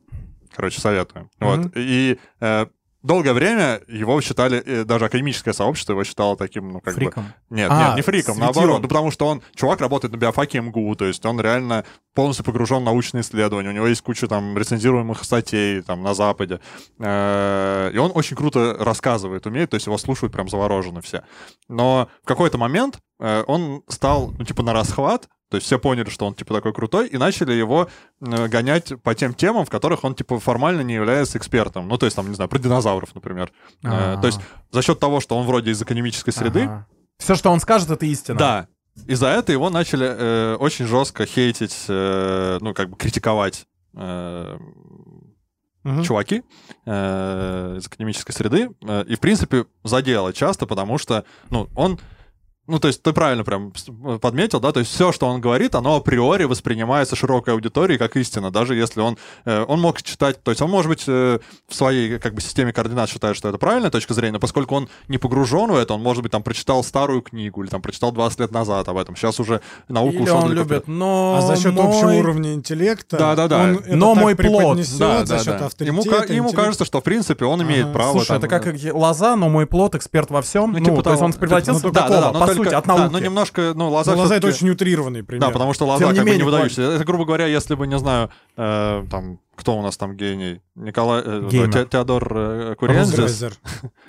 Speaker 4: короче, советую. Вот.
Speaker 3: Мгм.
Speaker 4: И э, долгое время его считали, э, даже академическое сообщество его считало таким, ну, как бы...
Speaker 5: Фриком.
Speaker 4: Нет,
Speaker 3: А,
Speaker 4: нет, не фриком,
Speaker 3: светилом.
Speaker 4: наоборот. Ну, потому что он, чувак работает на биофаке МГУ, то есть он реально полностью погружен в научные исследования. У него есть куча там рецензируемых статей там на Западе. Э, И он очень круто рассказывает, умеет, то есть его слушают прям заворожены все. Но в какой-то момент э, он стал, ну, типа, на расхват, то есть все поняли, что он, типа, такой крутой, и начали его э, гонять по тем темам, в которых он, типа, формально не является экспертом. Ну, то есть, там, не знаю, про динозавров, например. Э,
Speaker 2: А.
Speaker 4: То есть за счет того, что он вроде из экономической среды,
Speaker 2: Все, что он скажет, это истина.
Speaker 4: да. И за это его начали э, очень жестко хейтить, э, ну, как бы критиковать э,
Speaker 3: Мгм.
Speaker 4: чуваки э, из академической среды. Э, и, в принципе, задело часто, потому что, ну, он... Ну, то есть ты правильно прям с- э, подметил, да, то есть все, что он говорит, оно априори воспринимается широкой аудиторией как истина, даже если он, э, он мог читать, то есть он, может быть, э, в своей как бы системе координат считает, что это правильная точка зрения, но поскольку он не погружен в это, он, может быть, там прочитал старую книгу или там прочитал 20 лет назад об этом, сейчас уже наука
Speaker 2: Или
Speaker 4: ушла
Speaker 2: он
Speaker 4: далеко
Speaker 2: любит, но
Speaker 3: А за счет
Speaker 2: мой-
Speaker 3: общего уровня интеллекта
Speaker 4: Да-да-да.
Speaker 3: он это
Speaker 2: Но
Speaker 3: так
Speaker 2: мой плод,
Speaker 3: преподнесёт,
Speaker 4: Да,
Speaker 3: за
Speaker 4: да,
Speaker 3: счет
Speaker 4: да. Ему,
Speaker 3: авторитета.
Speaker 4: ка- ему
Speaker 3: интеллекта.
Speaker 4: кажется, что в принципе он имеет
Speaker 3: Ага.
Speaker 4: право.
Speaker 2: Слушай,
Speaker 4: там,
Speaker 2: это как
Speaker 4: э,
Speaker 2: и лоза, но мой плод, эксперт во всем. Ну,
Speaker 4: типа
Speaker 2: то есть
Speaker 4: того.
Speaker 2: он превратился
Speaker 4: Ну,
Speaker 2: в
Speaker 4: да,
Speaker 2: такого,
Speaker 4: да, да, но
Speaker 2: по
Speaker 4: только-
Speaker 2: сути, от
Speaker 4: да,
Speaker 2: науки.
Speaker 4: ну немножко, ну, лоза
Speaker 3: Но Лоза это
Speaker 4: всё-таки-
Speaker 3: очень утрированный пример.
Speaker 4: Да, потому что лоза
Speaker 2: Тем
Speaker 4: как
Speaker 2: не
Speaker 4: бы не
Speaker 2: менее,
Speaker 4: выдающийся. Это, грубо говоря, если бы, не знаю, э, там, кто у нас там гений? Николай... э,
Speaker 2: Геймер.
Speaker 4: Те- Теодор э, Курензис.
Speaker 3: Драйзер.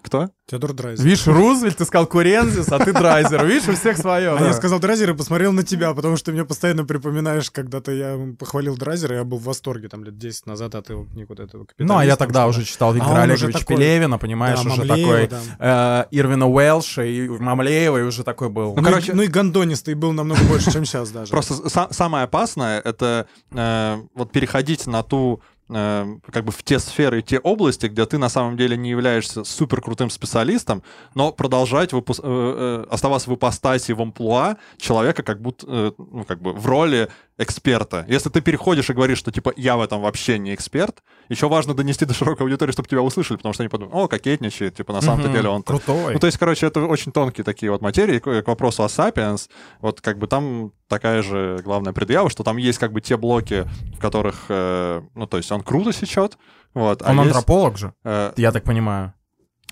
Speaker 4: Кто?
Speaker 3: Теодор Драйзер.
Speaker 2: Видишь, Рузвельт, ты сказал Курензис, а ты Драйзер. Видишь, у всех свое.
Speaker 3: А я сказал Драйзер и посмотрел на тебя, потому что ты мне постоянно припоминаешь, когда-то я похвалил Драйзера, я был в восторге там лет 10 назад от его книг вот этого
Speaker 2: Ну, а я тогда уже читал
Speaker 3: А он
Speaker 2: Виктора
Speaker 3: уже
Speaker 2: Олеговича
Speaker 3: такой-
Speaker 2: Пелевина, понимаешь,
Speaker 3: Да,
Speaker 2: уже
Speaker 3: Мамлеева,
Speaker 2: такой
Speaker 3: да.
Speaker 2: э, Ирвина Уэлша и Мамлеева, и уже такой был.
Speaker 3: Ну,
Speaker 4: короче-
Speaker 3: и, ну и гондонистый был намного больше, чем сейчас даже.
Speaker 4: Просто са- самое опасное — это э, вот переходить на ту э, как бы в те сферы и те области, где ты на самом деле не являешься супер крутым специалистом, но продолжать выпус- э, э, оставаться в ипостаси, в амплуа человека как будто, э, ну, как бы в роли эксперта. Если ты переходишь и говоришь, что типа я в этом вообще не эксперт, еще важно донести до широкой аудитории, чтобы тебя услышали, потому что они подумают, о, кокетничает, типа на самом-то деле он
Speaker 2: Крутой.
Speaker 4: ну, то есть, короче, это очень тонкие такие вот материи. К, к вопросу о Sapiens, вот как бы там такая же главная предъява, что там есть как бы те блоки, в которых, э, ну, то есть он круто сечет, вот, а,
Speaker 2: Он
Speaker 4: есть,
Speaker 2: антрополог же,
Speaker 4: э,
Speaker 2: я так понимаю.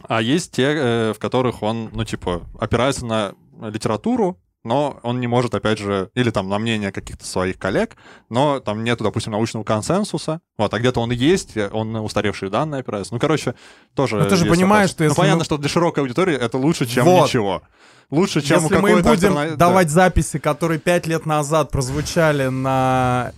Speaker 4: а есть те, э, в которых он, ну, типа, опирается на литературу, но он не может, опять же, или там на мнение каких-то своих коллег, но там нету, допустим, научного консенсуса, вот, а где-то он и есть, э, он на устаревшие данные опирается. Ну, короче, тоже...
Speaker 2: Ну, ты же
Speaker 4: есть
Speaker 2: понимаешь,
Speaker 4: опасность.
Speaker 2: что
Speaker 4: Ну,
Speaker 2: если
Speaker 4: понятно,
Speaker 2: мы-
Speaker 4: что для широкой аудитории это лучше, чем
Speaker 2: Вот.
Speaker 4: ничего. Лучше, чем
Speaker 2: Если мы им
Speaker 4: какой-то
Speaker 2: будем
Speaker 4: альтерна- да.
Speaker 2: давать записи, которые пять лет назад прозвучали на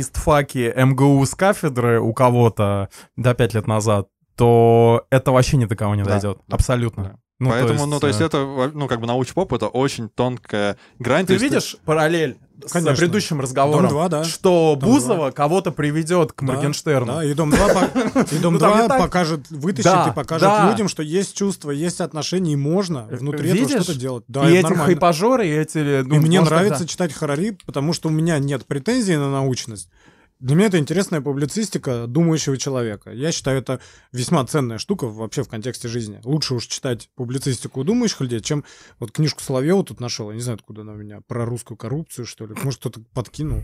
Speaker 2: истфаке МГУ с кафедры у кого-то, да, пять лет назад, то это вообще ни до кого не
Speaker 4: Да,
Speaker 2: дойдет.
Speaker 4: да.
Speaker 2: Абсолютно.
Speaker 4: Да.
Speaker 2: Ну,
Speaker 4: Поэтому, ну, то есть
Speaker 2: э,
Speaker 4: это, во- ну, как бы науч-поп, это очень тонкая грань. то
Speaker 2: Ты
Speaker 4: есть
Speaker 2: видишь параллель
Speaker 3: Конечно.
Speaker 2: с предыдущим разговором,
Speaker 3: Дом два, да.
Speaker 2: что
Speaker 3: Дом
Speaker 2: Бузова кого-то приведет к
Speaker 3: Да,
Speaker 2: Моргенштерну.
Speaker 3: Да, и Дом 2, по- и дом
Speaker 2: Ну, там не
Speaker 3: 2
Speaker 2: так.
Speaker 3: покажет, вытащит
Speaker 2: Да,
Speaker 3: и покажет
Speaker 2: да.
Speaker 3: людям, что есть чувства, есть отношения, и можно внутри этого
Speaker 2: Видишь?
Speaker 3: что-то делать. Да,
Speaker 2: и
Speaker 3: это
Speaker 2: эти
Speaker 3: нормально.
Speaker 2: хайпажоры, и эти... ну,
Speaker 3: И мне нравится читать Харари, потому что у меня нет претензий на научность. Для меня это интересная публицистика думающего человека. Я считаю, это весьма ценная штука вообще в контексте жизни. Лучше уж читать публицистику думающих людей, чем вот книжку Соловьева тут нашел. Я не знаю, откуда она у меня. Про русскую коррупцию, что ли. Может, кто-то подкинул.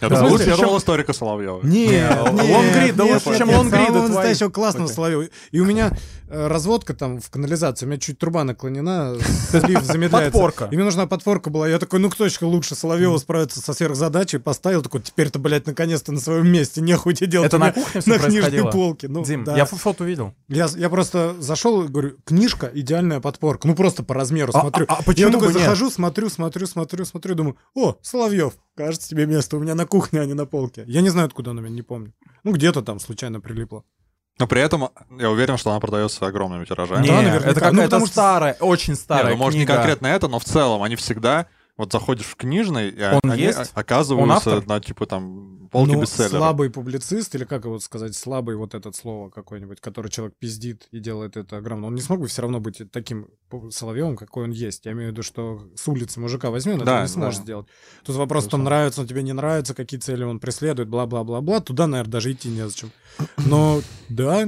Speaker 4: Я
Speaker 2: Да,
Speaker 4: думал,
Speaker 2: лучше,
Speaker 4: я
Speaker 2: чем-
Speaker 4: думал, историка Соловьева.
Speaker 2: типа. нет, лонгрид, да лучше, чем лонгриды
Speaker 3: самого
Speaker 2: твои.
Speaker 3: настоящего классного
Speaker 2: Окей.
Speaker 3: Соловьева. И у меня э, разводка там в канализации, у меня чуть труба наклонена, слив замедляется.
Speaker 2: Подпорка.
Speaker 3: И мне нужна подпорка была. Я такой, ну кто еще лучше Соловьева справится со сверхзадачей, поставил такой, теперь-то, блядь, наконец-то на своем месте, нехуй тебе делать.
Speaker 2: Это
Speaker 3: У
Speaker 2: на
Speaker 3: меня
Speaker 2: кухне все
Speaker 3: на книжной
Speaker 2: происходило?
Speaker 3: полке. Ну,
Speaker 2: Дим,
Speaker 3: да.
Speaker 2: я фо- фото видел.
Speaker 3: я, я просто зашел и говорю, книжка идеальная подпорка. Ну просто по размеру смотрю.
Speaker 2: а- а почему
Speaker 3: я такой
Speaker 2: бы нет?
Speaker 3: захожу, смотрю, смотрю, смотрю, смотрю, думаю, о, Соловьев, кажется, тебе место у меня на кухне, а не на полке. Я не знаю, откуда она у меня, не помню. Ну где-то там случайно прилипло.
Speaker 4: Но при этом я уверен, что она продается огромными тиражами.
Speaker 2: Не,
Speaker 3: Да, наверняка.
Speaker 2: это
Speaker 3: Ну,
Speaker 2: какая-то
Speaker 3: потому что-
Speaker 2: старая, очень старая
Speaker 4: Не, ну, может, не
Speaker 2: книга.
Speaker 4: конкретно это, но в целом они всегда... Вот заходишь в книжный, и
Speaker 2: Он
Speaker 4: они
Speaker 2: есть?
Speaker 4: о-
Speaker 2: Он
Speaker 4: оказываются
Speaker 2: автор?
Speaker 4: на, типа, там, полке
Speaker 3: Ну,
Speaker 4: бестселлера.
Speaker 3: слабый публицист, или как его сказать, слабый вот это слово какое-нибудь, который человек пиздит и делает это огромно. Он не смог бы все равно быть таким пу- Соловьевым, какой он есть. Я имею в виду, что с улицы мужика возьмем,
Speaker 4: Да,
Speaker 3: это не сможет
Speaker 4: да.
Speaker 3: сделать. Тут вопрос, там нравится он тебе, не нравится, какие цели он преследует, бла-бла-бла-бла. Туда, наверное, даже идти незачем. Но да,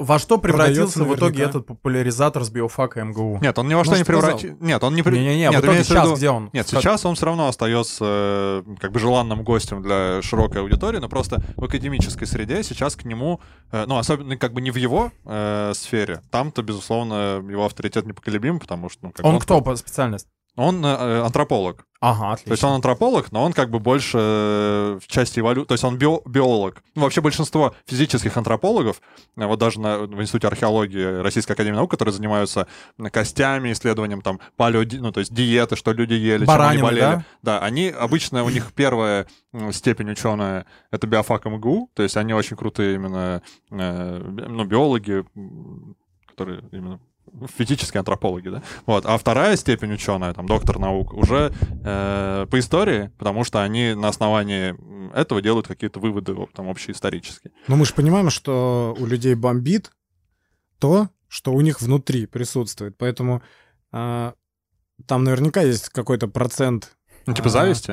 Speaker 2: во что превратился в
Speaker 3: наверняка.
Speaker 2: итоге этот популяризатор с биофака МГУ?
Speaker 4: Нет, он ни во что
Speaker 3: Может,
Speaker 4: не превратил. Нет, он не при-
Speaker 2: Ну, Не-не-не, в
Speaker 4: Нет,
Speaker 2: итоге
Speaker 4: имеется в
Speaker 2: сейчас
Speaker 4: виду-
Speaker 2: где он?
Speaker 4: Нет,
Speaker 2: Как-
Speaker 4: сейчас он все равно остается э, как бы желанным гостем для широкой аудитории, но просто в академической среде сейчас к нему, э, ну, особенно как бы не в его э, сфере, там-то, безусловно, его авторитет непоколебим, потому что... Ну, как бы
Speaker 2: Он кто по специальности?
Speaker 4: Он э, антрополог.
Speaker 2: Ага,
Speaker 4: То есть он
Speaker 2: отлично.
Speaker 4: антрополог, но он как бы больше э, в части эволюции, то есть он био- биолог. Ну, вообще большинство физических антропологов, э, вот даже на- в Институте археологии Российской Академии Наук, которые занимаются э, костями, исследованием там палео, ну то есть диеты, что люди ели, чем они
Speaker 2: Баранины,
Speaker 4: болели.
Speaker 2: да?
Speaker 4: они обычно, у них первая м, степень ученая — это биофак МГУ, то есть они очень крутые именно э, би- ну, биологи, м, которые именно физические антропологи, да? Вот. А вторая степень ученая, там, доктор наук, уже э, по истории, потому что они на основании м, этого делают какие-то выводы о- там общеисторические.
Speaker 3: Но мы же понимаем, что у людей бомбит то, что у них внутри присутствует. Поэтому а, там наверняка есть какой-то процент
Speaker 4: Ну, типа
Speaker 3: А.
Speaker 4: зависти?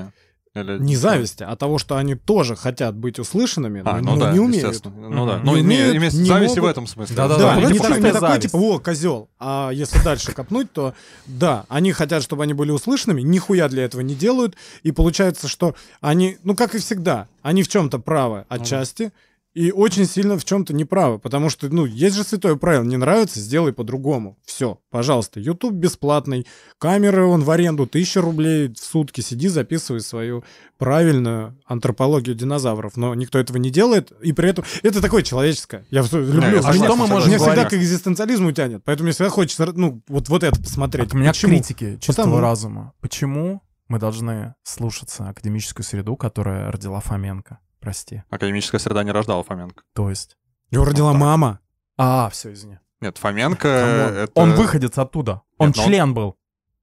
Speaker 4: Или... типа-
Speaker 3: не зависти, а того, что они тоже хотят быть услышанными,
Speaker 4: А,
Speaker 3: но
Speaker 4: ну, да,
Speaker 3: не умеют.
Speaker 4: естественно. Ну да.
Speaker 2: Мгм.
Speaker 4: Ну,
Speaker 3: Не
Speaker 4: не,
Speaker 3: умеют,
Speaker 4: имеется-
Speaker 3: не
Speaker 4: зависть и в
Speaker 3: могут.
Speaker 4: этом смысле. Ну,
Speaker 2: Да-да-да,
Speaker 3: Да,
Speaker 2: они
Speaker 3: это
Speaker 2: не
Speaker 3: такой-
Speaker 2: просто
Speaker 3: это такой,
Speaker 2: зависть.
Speaker 3: типа, о, козел. А если дальше копнуть, то да, они хотят, чтобы они были услышанными, нихуя для этого не делают, и получается, что они, ну как и всегда, они в чем-то правы отчасти, и очень сильно в чем-то неправы, потому что, ну, есть же святое правило, не нравится, сделай по-другому. Все, пожалуйста, YouTube бесплатный, камеры он в аренду, тысяча рублей в сутки, сиди, записывай свою правильную антропологию динозавров, но никто этого не делает, и при этом это такое человеческое. Я всё люблю.
Speaker 4: я
Speaker 3: Меня-
Speaker 2: А
Speaker 4: согласен,
Speaker 2: что мы можем
Speaker 3: меня
Speaker 4: согласен.
Speaker 2: говорить?
Speaker 3: всегда к экзистенциализму тянет, поэтому мне всегда хочется, ну, вот, вот это посмотреть.
Speaker 2: Так у меня
Speaker 3: Почему?
Speaker 2: критики чистого
Speaker 3: Потому.
Speaker 2: разума. Почему мы должны слушаться академическую среду, которая родила Фоменко? Прости.
Speaker 4: Академическая среда не рождала Фоменко.
Speaker 2: То есть...
Speaker 3: Его родила мама.
Speaker 2: А, все, извини.
Speaker 4: Нет, Фоменко
Speaker 3: Камон.
Speaker 4: Э, это...
Speaker 2: Он выходец оттуда. Он
Speaker 4: Нет, но он-
Speaker 2: член был,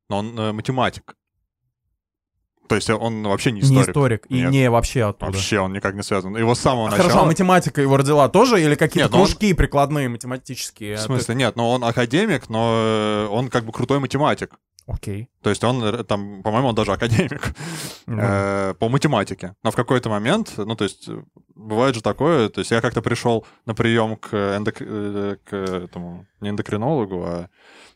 Speaker 4: Но он э, математик. То есть он вообще не
Speaker 2: не
Speaker 4: историк.
Speaker 2: историк. И
Speaker 4: Нет.
Speaker 2: не вообще оттуда.
Speaker 4: Вообще он никак не связан. Его с самого
Speaker 2: Хорошо, а
Speaker 4: начала...
Speaker 2: математика его родила тоже? Или какие-то
Speaker 4: Нет, но он-
Speaker 2: кружки прикладные математические?
Speaker 4: В
Speaker 2: Ты-
Speaker 4: смысле, нет, но он академик, но э, он как бы крутой математик.
Speaker 2: Окей.
Speaker 4: То есть он э, там, по-моему, он даже академик э, по математике. Но в какой-то момент, ну, то есть, э, бывает же такое, то есть я как-то пришел на прием к, эндок- э, к этому, не эндокринологу, а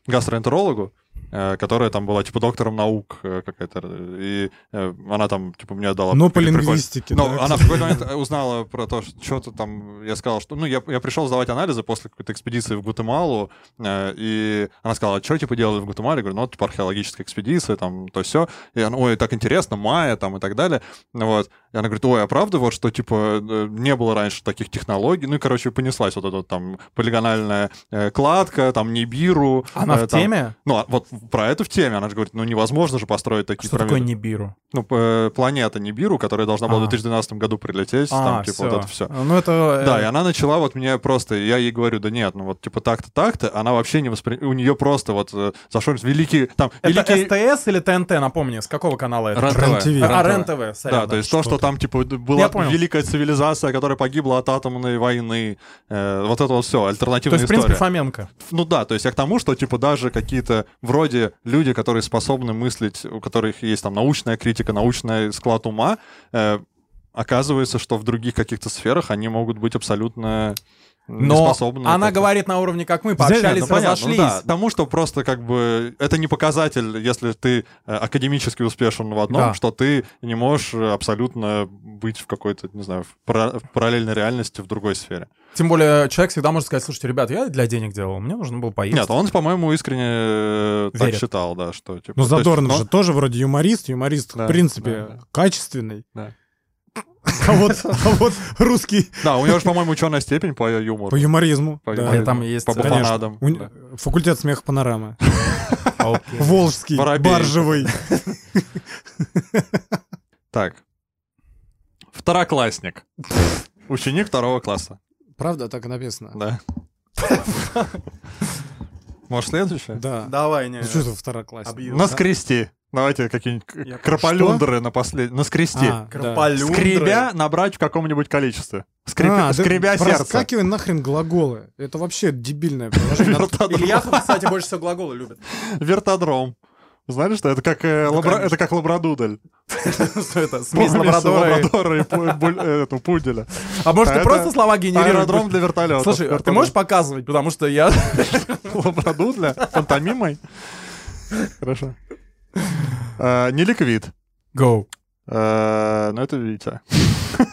Speaker 4: гастроэнтерологу, э, которая там была, типа, доктором наук э, какая-то, и э, она там, типа, мне дала...
Speaker 3: Но по
Speaker 4: прикольно-
Speaker 3: лингвистике.
Speaker 4: но
Speaker 3: да.
Speaker 4: она в какой-то момент э, узнала про то, что что-то там... Я сказал, что... Ну, я, я пришел сдавать анализы после какой-то экспедиции в Гватемалу, э, и она сказала, что типа делали в Гватемале? Я говорю, ну, вот, типа археологическая экспедиция, там, то все. И она, ой, так интересно, майя, там, и так далее. Ну, Вот. И она говорит, ой, а правда вот, что, типа, э, не было раньше таких технологий? Ну, и, короче, понеслась вот эта вот, там полигональная э, кладка, там, Нибиру.
Speaker 2: Она
Speaker 4: э,
Speaker 2: в
Speaker 4: там-
Speaker 2: теме?
Speaker 4: Ну, а вот про это в теме. Она же говорит, ну, невозможно же построить такие
Speaker 2: Что такое
Speaker 4: пирамиды»
Speaker 2: Нибиру?
Speaker 4: ну, п- э, планета Нибиру, которая должна была
Speaker 2: А.
Speaker 4: в 2012 году прилететь, там, типа,
Speaker 2: всё.
Speaker 4: вот это все.
Speaker 2: Ну, это... э,
Speaker 4: Да, и она начала вот мне просто, я ей говорю, да нет, ну вот типа так-то, так-то, она вообще не воспринимает, у нее просто вот э, зашел великий, там,
Speaker 2: Это
Speaker 4: великий...
Speaker 2: СТС или ТНТ, напомни, с какого канала это?
Speaker 4: Рен-ТВ.
Speaker 3: Рен-ТВ.
Speaker 2: А,
Speaker 4: Рен-ТВ.
Speaker 2: РЕН-ТВ, сорян,
Speaker 4: Да, то есть то, что там, типа, д- была
Speaker 2: Я понял.
Speaker 4: великая цивилизация, которая погибла от атомной войны, э, вот это вот все,
Speaker 2: То
Speaker 4: альтернативная
Speaker 2: есть, в
Speaker 4: история.
Speaker 2: принципе, Фоменко.
Speaker 4: Ну да, то есть я к тому, что типа даже какие-то вроде люди, которые способны мыслить, у которых есть там научная критика, научный склад ума, э, оказывается, что в других каких-то сферах они могут быть абсолютно
Speaker 2: Но
Speaker 4: неспособны. к
Speaker 2: она
Speaker 4: этому.
Speaker 2: говорит на уровне, как мы,
Speaker 4: Взяли,
Speaker 2: пообщались,
Speaker 4: ну, понятно, ну
Speaker 2: разошлись.
Speaker 4: да, тому, что просто как бы это не показатель, если ты э, академически успешен в одном,
Speaker 2: Да.
Speaker 4: что ты не можешь э, абсолютно быть в какой-то, не знаю, в пара- в параллельной реальности в другой сфере.
Speaker 2: Тем более, человек всегда может сказать, слушайте, ребят, я для денег делал, мне нужно было поесть.
Speaker 4: Нет, он, по-моему, искренне э, так
Speaker 2: Верит.
Speaker 4: считал, да, что типа.
Speaker 3: Ну,
Speaker 4: то есть,
Speaker 3: Задорнов
Speaker 4: но-
Speaker 3: же тоже вроде юморист. Юморист,
Speaker 4: Да,
Speaker 3: в принципе,
Speaker 4: да, да.
Speaker 3: качественный.
Speaker 4: Да.
Speaker 3: А вот, а вот русский
Speaker 4: Да, у него же, по-моему, ученая степень по юмору.
Speaker 3: по юморизму.
Speaker 4: По
Speaker 3: да.
Speaker 2: А
Speaker 4: юморизму.
Speaker 2: там есть...
Speaker 4: По
Speaker 2: э,
Speaker 3: Конечно.
Speaker 4: буфанадам.
Speaker 3: У-
Speaker 4: да.
Speaker 3: Факультет смеха панорамы.
Speaker 2: А окей.
Speaker 3: Э, Волжский,
Speaker 4: Воробей.
Speaker 3: баржевый.
Speaker 4: Так. Второклассник. Ученик второго класса.
Speaker 3: Правда, так и написано?
Speaker 4: Да. Может, следующее?
Speaker 3: Да.
Speaker 2: Давай, не...
Speaker 3: Ну что это второклассник?
Speaker 2: Объ-
Speaker 4: Наскрести. Давайте какие-нибудь
Speaker 2: Я-
Speaker 4: к- крапалюндеры на последний. Наскрести.
Speaker 3: А, да.
Speaker 2: Кропалюндры.
Speaker 4: Скребя набрать в каком-нибудь количестве. Скребя,
Speaker 3: А, да
Speaker 4: скребя сердце.
Speaker 3: проскакивай нахрен глаголы. Это вообще дебильное приложение.
Speaker 4: Вертодром.
Speaker 2: Ильяхов, кстати, больше всего глаголы любит.
Speaker 4: Вертодром. Знаешь, что это как, э, лабра-
Speaker 2: конечно.
Speaker 4: это как лабрадудель.
Speaker 2: Что это? Смесь
Speaker 4: Помнишь,
Speaker 2: лабрадора и-
Speaker 4: лабрадора и пу- буль- э, эту, пуделя.
Speaker 2: А может, ты
Speaker 4: А
Speaker 2: просто
Speaker 4: это
Speaker 2: слова генерируешь?
Speaker 4: Аэродром для вертолета.
Speaker 2: Слушай, а ты можешь показывать? Потому что я...
Speaker 4: Лабрадудля? Пантомимой? Хорошо. Э, Не ликвид.
Speaker 2: Go.
Speaker 4: Э, Но это Витя.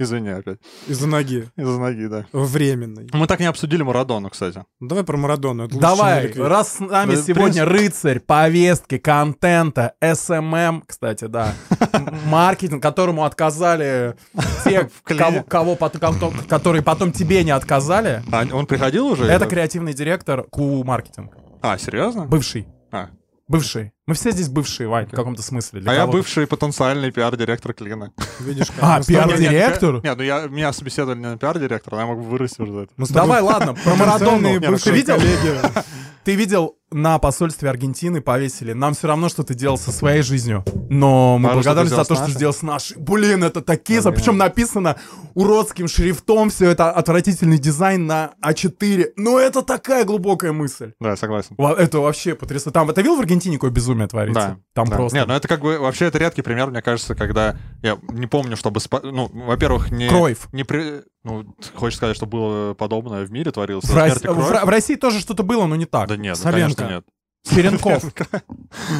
Speaker 4: Извини опять.
Speaker 3: Из-за ноги.
Speaker 4: Из-за ноги, да.
Speaker 3: Временной.
Speaker 4: Мы так не обсудили Марадону, кстати.
Speaker 3: Ну, Давай про Марадону. это лучше, чем
Speaker 2: Давай,
Speaker 3: Ликвид.
Speaker 2: раз с нами
Speaker 4: Да, в
Speaker 2: сегодня рыцарь повестки, контента, СММ, кстати, да, м- маркетинг, которому отказали те,
Speaker 4: В клее.
Speaker 2: кого, кого пот- кого- которые потом тебе не отказали.
Speaker 4: А, он приходил уже?
Speaker 2: Это
Speaker 4: или-
Speaker 2: креативный директор КУ маркетинг.
Speaker 4: А, серьезно?
Speaker 2: Бывший.
Speaker 4: А.
Speaker 2: Бывший. Мы все здесь бывшие, Вань, в каком-то смысле. для
Speaker 4: А я
Speaker 2: кого-то.
Speaker 4: бывший Ну, потенциальный пиар-директор Клина.
Speaker 3: Видишь, как Ну,
Speaker 2: А,
Speaker 3: мы с тобой-
Speaker 2: пиар- Пиар-директор?
Speaker 4: Нет, ну я, меня собеседовали не на пиар-директора, но я мог бы вырасти уже за это.
Speaker 3: мы с тобой
Speaker 2: Давай, ладно, про Марадону.
Speaker 3: потенциальные
Speaker 4: Не, ну
Speaker 2: Ты
Speaker 3: бывшие
Speaker 2: видел?
Speaker 3: коллеги.
Speaker 2: Ты видел, на посольстве Аргентины повесили. Нам все равно, что ты делал со своей жизнью. Но мы
Speaker 4: Важно,
Speaker 2: благодарны за
Speaker 4: что ты
Speaker 2: то, что
Speaker 4: сделал с
Speaker 2: ты сделал с нашей. Блин, это такие... Причем написано уродским шрифтом. Все это отвратительный дизайн на А4. Но это такая глубокая мысль.
Speaker 4: Да, я согласен.
Speaker 2: Во- Это вообще потрясающе. Там, ты видел в Аргентине, какое безумие творится?
Speaker 4: Да.
Speaker 2: Там
Speaker 4: да.
Speaker 2: просто...
Speaker 4: Нет, ну это как бы вообще это редкий пример, мне кажется, когда я не помню, чтобы спа- ну, во-первых, не
Speaker 2: Кройф.
Speaker 4: не при- ну т- хочешь сказать, что было подобное в мире творилось.
Speaker 2: В,
Speaker 4: до
Speaker 2: Рос-
Speaker 4: смерти Кройфа?
Speaker 2: в Ра- в России тоже что-то было, но не так.
Speaker 4: Да нет, ну,
Speaker 3: Савенко.
Speaker 4: конечно нет.
Speaker 2: Черенков.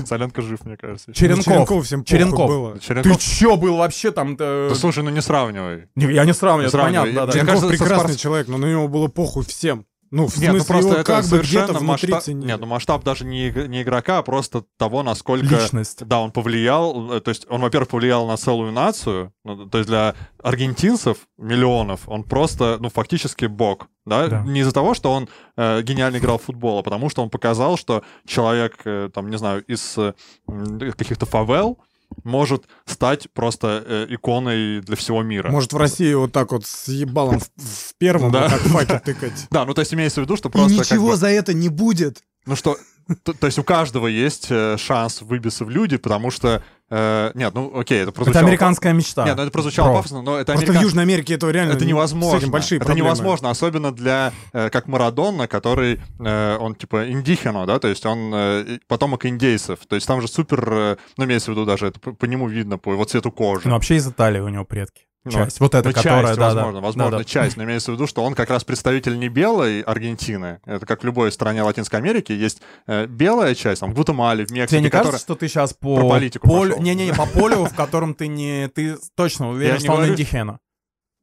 Speaker 4: Соленко жив, мне кажется. еще.
Speaker 2: Черенков.
Speaker 3: Черенков всем похуй
Speaker 2: Черенков.
Speaker 3: было.
Speaker 2: Ты
Speaker 4: Черенков.
Speaker 2: чё был вообще там? э,
Speaker 4: Да слушай, ну не сравнивай.
Speaker 2: не, Я не сравниваю,
Speaker 4: Не
Speaker 2: это
Speaker 4: сравнивай.
Speaker 2: понятно. да-да.
Speaker 4: Мне
Speaker 3: Черенков
Speaker 4: кажется, со
Speaker 3: прекрасный
Speaker 4: Спарс-
Speaker 3: человек, но на него было похуй всем. Ну, в
Speaker 4: Нет, ну
Speaker 3: смысле,
Speaker 4: просто
Speaker 3: его
Speaker 4: это
Speaker 3: как бы
Speaker 4: совершенно
Speaker 3: где-то внутри
Speaker 4: масштаб...
Speaker 3: ценили.
Speaker 4: Нет, ну масштаб даже не, иг- не игрока, а просто того, насколько...
Speaker 2: Личность.
Speaker 4: Да, он повлиял, э, то есть он, во-первых, повлиял на целую нацию, ну, то есть для аргентинцев миллионов он просто, ну, фактически бог, да,
Speaker 2: Да.
Speaker 4: не из-за того, что он э, гениально играл в футбол, а потому что он показал, что человек, э, там, не знаю, из э, м, каких-то фавел может стать просто э, иконой для всего мира.
Speaker 3: Может, в России вот так вот с ебалом в, в первом
Speaker 4: Да.
Speaker 3: вот так факел тыкать.
Speaker 4: Да, ну то есть имеется в виду, что
Speaker 3: И
Speaker 4: просто... как бы-
Speaker 3: ничего за это не будет.
Speaker 4: Ну что, то, то есть у каждого есть э, шанс выбиться в люди, потому что... э, нет, ну окей, это прозвучало...
Speaker 2: Это американская мечта.
Speaker 4: Нет, ну это прозвучало
Speaker 2: Бро.
Speaker 4: пафосно, но это
Speaker 3: Просто в
Speaker 4: американ-
Speaker 3: Южной Америке этого реально
Speaker 4: Это невозможно.
Speaker 3: С этим большие
Speaker 4: это
Speaker 3: проблемы.
Speaker 4: невозможно, особенно для э, как Марадонна, который э, он типа индихино, да, то есть он э, и- потомок индейцев. То есть там же супер, э, ну имеется в виду даже это по, по нему видно, по его цвету кожи.
Speaker 2: Ну, вообще из Италии у него предки.
Speaker 4: Ну,
Speaker 2: Часть. вот эта,
Speaker 4: Ну,
Speaker 2: которая,
Speaker 4: часть,
Speaker 2: да, да.
Speaker 4: возможно, возможно,
Speaker 2: Да-да.
Speaker 4: часть, но имеется в виду, что он как раз представитель не белой Аргентины, это как в любой стране Латинской Америки, есть э, белая часть, там, в Гватемале, в Мексике,
Speaker 2: Тебе не
Speaker 4: которая...
Speaker 2: кажется, что ты сейчас по
Speaker 4: Про политику
Speaker 2: полю,
Speaker 4: пошёл.
Speaker 2: не, не, не, по полю, в котором ты не, ты точно уверен,
Speaker 4: же не
Speaker 2: что он
Speaker 4: говорю.
Speaker 2: индихена.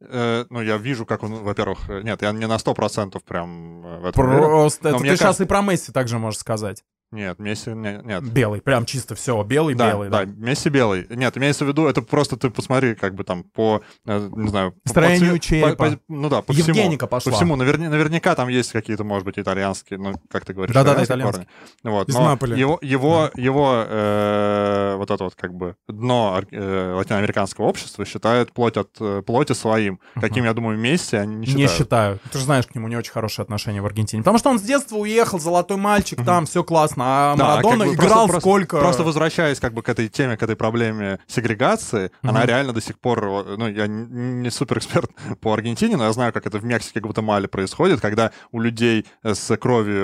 Speaker 4: Э, ну, я вижу, как он, во-первых, э, нет, я не на 100% прям э, в этом уверен.
Speaker 2: Просто,
Speaker 4: Но
Speaker 2: это
Speaker 4: мне
Speaker 2: ты сейчас
Speaker 4: кажется-
Speaker 2: и про Месси также можешь сказать.
Speaker 4: Нет, Месси, не- нет.
Speaker 2: Белый, прям чисто все, белый,
Speaker 4: Да,
Speaker 2: белый.
Speaker 4: да,
Speaker 2: Да.
Speaker 4: Месси белый. Нет, имеется в виду, это просто ты посмотри, как бы там по, э, не знаю... по- по
Speaker 2: Строению
Speaker 4: цве-
Speaker 2: черепа.
Speaker 4: по- по- ну да, по
Speaker 2: Евгеника
Speaker 4: всему.
Speaker 2: пошла.
Speaker 4: По всему. Наверня- наверняка там есть какие-то, может быть, итальянские, ну, как ты говоришь,
Speaker 2: Да-да-да,
Speaker 4: корни. Вот,
Speaker 3: Из
Speaker 4: но
Speaker 3: Наполи.
Speaker 4: Его, его, его э, вот это вот как бы дно ар- э, латиноамериканского общества считает плоть от э, плоти своим. Каким, я думаю, Месси они не
Speaker 2: Не
Speaker 4: считают.
Speaker 2: считаю. Ты же знаешь, к нему не очень хорошие отношения в Аргентине. Потому что он с детства уехал, золотой мальчик, там все классно. А
Speaker 4: Да,
Speaker 2: Марадона
Speaker 4: как бы
Speaker 2: играл
Speaker 4: просто-
Speaker 2: сколько?
Speaker 4: Просто, просто возвращаясь как бы к этой теме, к этой проблеме сегрегации, она реально до сих пор, э, ну, я не супер эксперт по Аргентине, но я знаю, как это в Мексике, Гватемале происходит, когда у людей с кровью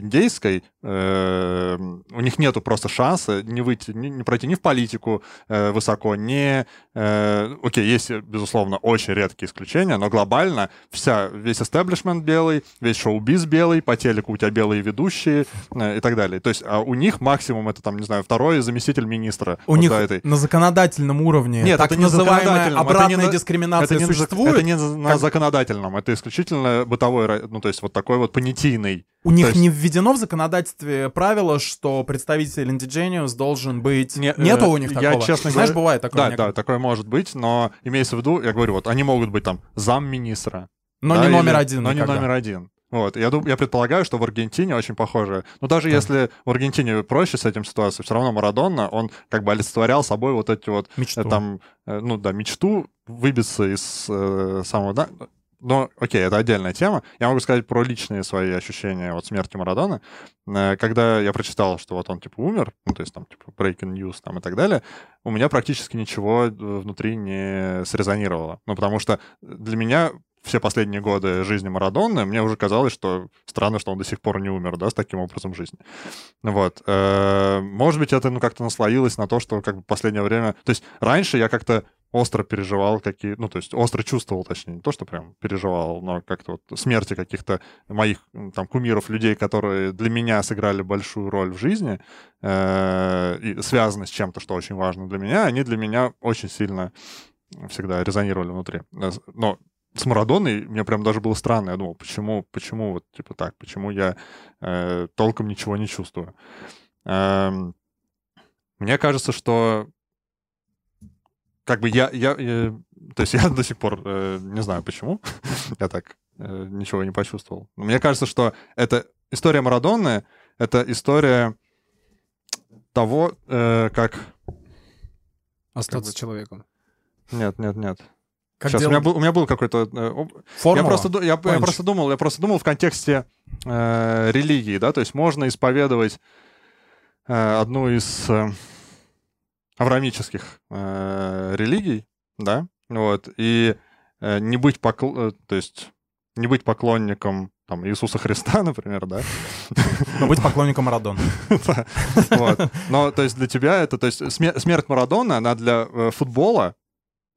Speaker 4: индейской, э, у них нету просто шанса не выйти, не, не пройти ни в политику э, высоко, ни... э, окей, есть, безусловно, очень редкие исключения, но глобально вся, весь эстеблишмент белый, весь шоу-биз белый, по телеку у тебя белые ведущие э, и так далее. То есть а у них максимум это, там, не знаю, второй заместитель министра.
Speaker 2: У
Speaker 4: вот
Speaker 2: них
Speaker 4: до этой.
Speaker 2: на законодательном уровне
Speaker 4: Нет,
Speaker 2: так
Speaker 4: это не
Speaker 2: называемая
Speaker 4: законодательном, это не
Speaker 2: обратная
Speaker 4: на-
Speaker 2: дискриминация
Speaker 4: не на зак-
Speaker 2: существует.
Speaker 4: это не на законодательном, это исключительно бытовой, ра- ну, то есть вот такой вот понятийный.
Speaker 2: У них
Speaker 4: есть-
Speaker 2: не введено в законодательстве правило, что представитель Indigenius должен быть...
Speaker 4: Не-
Speaker 2: Нету
Speaker 4: э,
Speaker 2: у них
Speaker 4: я,
Speaker 2: такого.
Speaker 4: честно
Speaker 2: Знаешь,
Speaker 4: говоря-
Speaker 2: бывает такое.
Speaker 4: да,
Speaker 2: мне
Speaker 4: да,
Speaker 2: кажется.
Speaker 4: такое может быть, но имеется в виду, я говорю, вот они могут быть там замминистра,
Speaker 2: Но
Speaker 4: Да,
Speaker 2: не
Speaker 4: или-
Speaker 2: номер один
Speaker 4: Но
Speaker 2: никогда.
Speaker 4: не номер один. Вот, я, дум- я предполагаю, что в Аргентине очень похоже. Ну, даже если в Аргентине проще с этим ситуацией, все равно Марадонна, он как бы олицетворял собой вот эти вот, э,
Speaker 2: Мечту.
Speaker 4: там, э, ну да, мечту выбиться из э, самого... дна. но, окей, это отдельная тема. Я могу сказать про личные свои ощущения от смерти Марадона. Э, Когда я прочитал, что вот он, типа, умер, ну, то есть там, типа, breaking news там и так далее, у меня практически ничего э, внутри не срезонировало. Ну, потому что для меня вс- все последние годы жизни Марадонны, мне уже казалось, что странно, что он до сих пор не умер, да, с таким образом жизни. Вот. Э, Может быть, это ну, как-то наслоилось на то, что как бы в последнее время... То есть раньше я как-то остро переживал какие... Ну, то есть остро чувствовал, точнее, не то, что прям переживал, но как-то вот смерти каких-то моих м, там кумиров, людей, которые для меня сыграли большую роль в жизни, э, и связаны с чем-то, что очень важно для меня, они для меня очень сильно всегда резонировали внутри. Э, с- Но с Марадоной мне прям даже было странно. Я думал, почему, почему вот типа так, почему я э, толком ничего не чувствую. Эм, мне кажется, что как бы я, я, э, то есть я до сих пор э, не знаю почему я так э, ничего и не почувствовал. Но мне кажется, что это история Марадонны, это история того, э, как
Speaker 3: Остаться
Speaker 4: бы-
Speaker 3: человеком.
Speaker 4: нет, нет, нет.
Speaker 2: Как
Speaker 4: Сейчас у
Speaker 2: делал-
Speaker 4: меня, был, у меня был какой-то... э, об- Я
Speaker 2: Формула.
Speaker 4: просто, ду- я, я
Speaker 2: Панч.
Speaker 4: просто думал, я просто думал в контексте э, религии, да, то есть можно исповедовать э, одну из э, аврамических э, религий, да, вот, и э, не быть покл- э, то есть не быть поклонником там, Иисуса Христа, например, да,
Speaker 2: Но быть поклонником Марадона.
Speaker 4: Да. Вот. Но, то есть, для тебя это, то есть, смер- смерть Марадона, она для э, футбола,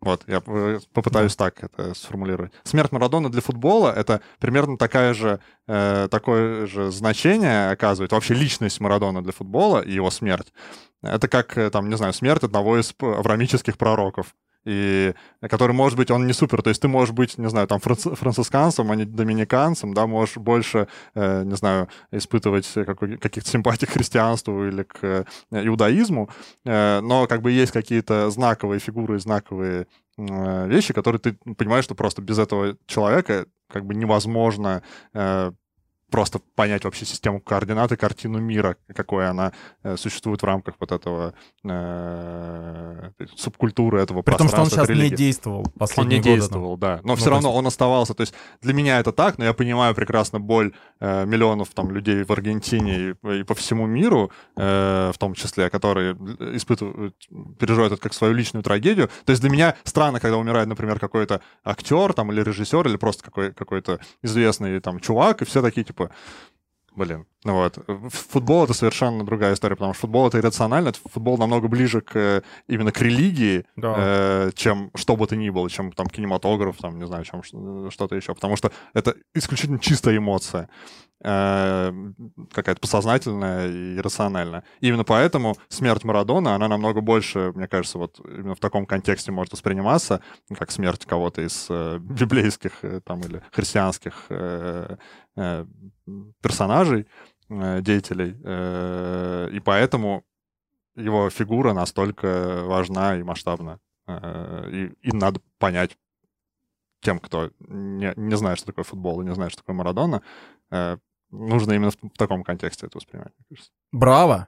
Speaker 4: вот, я э, попытаюсь так это сформулировать. Смерть Марадона для футбола — это примерно такая же, э, такое же значение оказывает вообще личность Марадона для футбола и его смерть. Это как, э, там, не знаю, смерть одного из п- аврамических пророков. И который, может быть, он не супер. То есть ты можешь быть, не знаю, там, франци- францисканцем, а не доминиканцем, да, можешь больше, э, не знаю, испытывать э, какой- каких-то симпатий к христианству или к э, иудаизму, Э, но как бы есть какие-то знаковые фигуры, и знаковые м, э, вещи, которые ты понимаешь, что просто без этого человека как бы невозможно э, просто понять вообще систему координат и картину мира, какой она э, существует в рамках вот этого э, субкультуры этого
Speaker 2: При том, что он
Speaker 4: пространства,
Speaker 2: сейчас
Speaker 4: этой
Speaker 2: не
Speaker 4: религии.
Speaker 2: действовал
Speaker 4: Он не
Speaker 2: последние годы. там.
Speaker 4: действовал, да. Но
Speaker 2: Ну,
Speaker 4: все
Speaker 2: то
Speaker 4: равно он оставался. То есть для меня это так, но я понимаю прекрасно боль э, миллионов там людей в Аргентине и, и по всему миру, э, в том числе, которые испытывают, переживают это как свою личную трагедию. То есть для меня странно, когда умирает, например, какой-то актер там или режиссер или просто какой- какой-то известный там чувак, и все такие типа, Блин, ну вот. В- Футбол — это совершенно другая история, потому что футбол — это иррационально, это футбол намного ближе к, э, именно к религии,
Speaker 2: Да.
Speaker 4: э, чем что бы то ни было, чем там кинематограф, там, не знаю, чем ш- что-то еще. Потому что это исключительно чистая эмоция. э, какая-то подсознательная и рациональная. Именно поэтому смерть Марадона, она намного больше, мне кажется, вот именно в таком контексте может восприниматься, как смерть кого-то из э, библейских э, там или христианских э, э, персонажей, э, деятелей. э, И поэтому его фигура настолько важна и масштабна. Э, И, и надо понять тем, кто не, не знает, что такое футбол и не знает, что такое Марадона, э, нужно именно в, в таком контексте это воспринимать. мне кажется.
Speaker 2: Браво!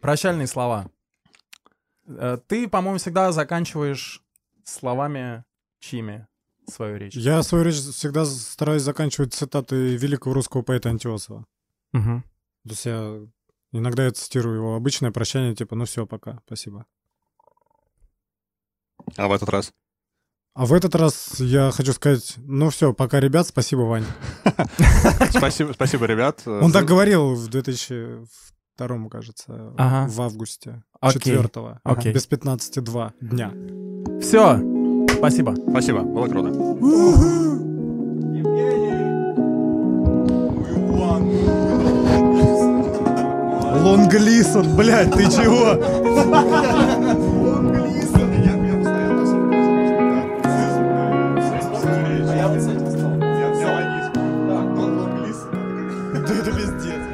Speaker 2: Прощальные слова. Э, Ты, по-моему, всегда заканчиваешь словами чьими свою речь.
Speaker 3: Я свою речь всегда стараюсь заканчивать цитаты великого русского поэта Антиосова.
Speaker 2: Мгм.
Speaker 3: То есть я иногда я цитирую его обычное прощание, типа, ну все, пока, спасибо.
Speaker 4: А в этот раз?
Speaker 3: А в этот раз я хочу сказать, ну все, пока, ребят, спасибо, Вань.
Speaker 4: Спасибо, спасибо, ребят. Э,
Speaker 3: Он так говорил в 2002, кажется,
Speaker 2: Ага.
Speaker 3: в августе,
Speaker 2: Окей.
Speaker 3: 4
Speaker 2: Окей.
Speaker 3: без 15-2 дня.
Speaker 2: Все. Спасибо.
Speaker 4: Спасибо, было круто.
Speaker 3: Лонглисон, блядь, ты чего?
Speaker 4: Я
Speaker 3: Да это пиздец.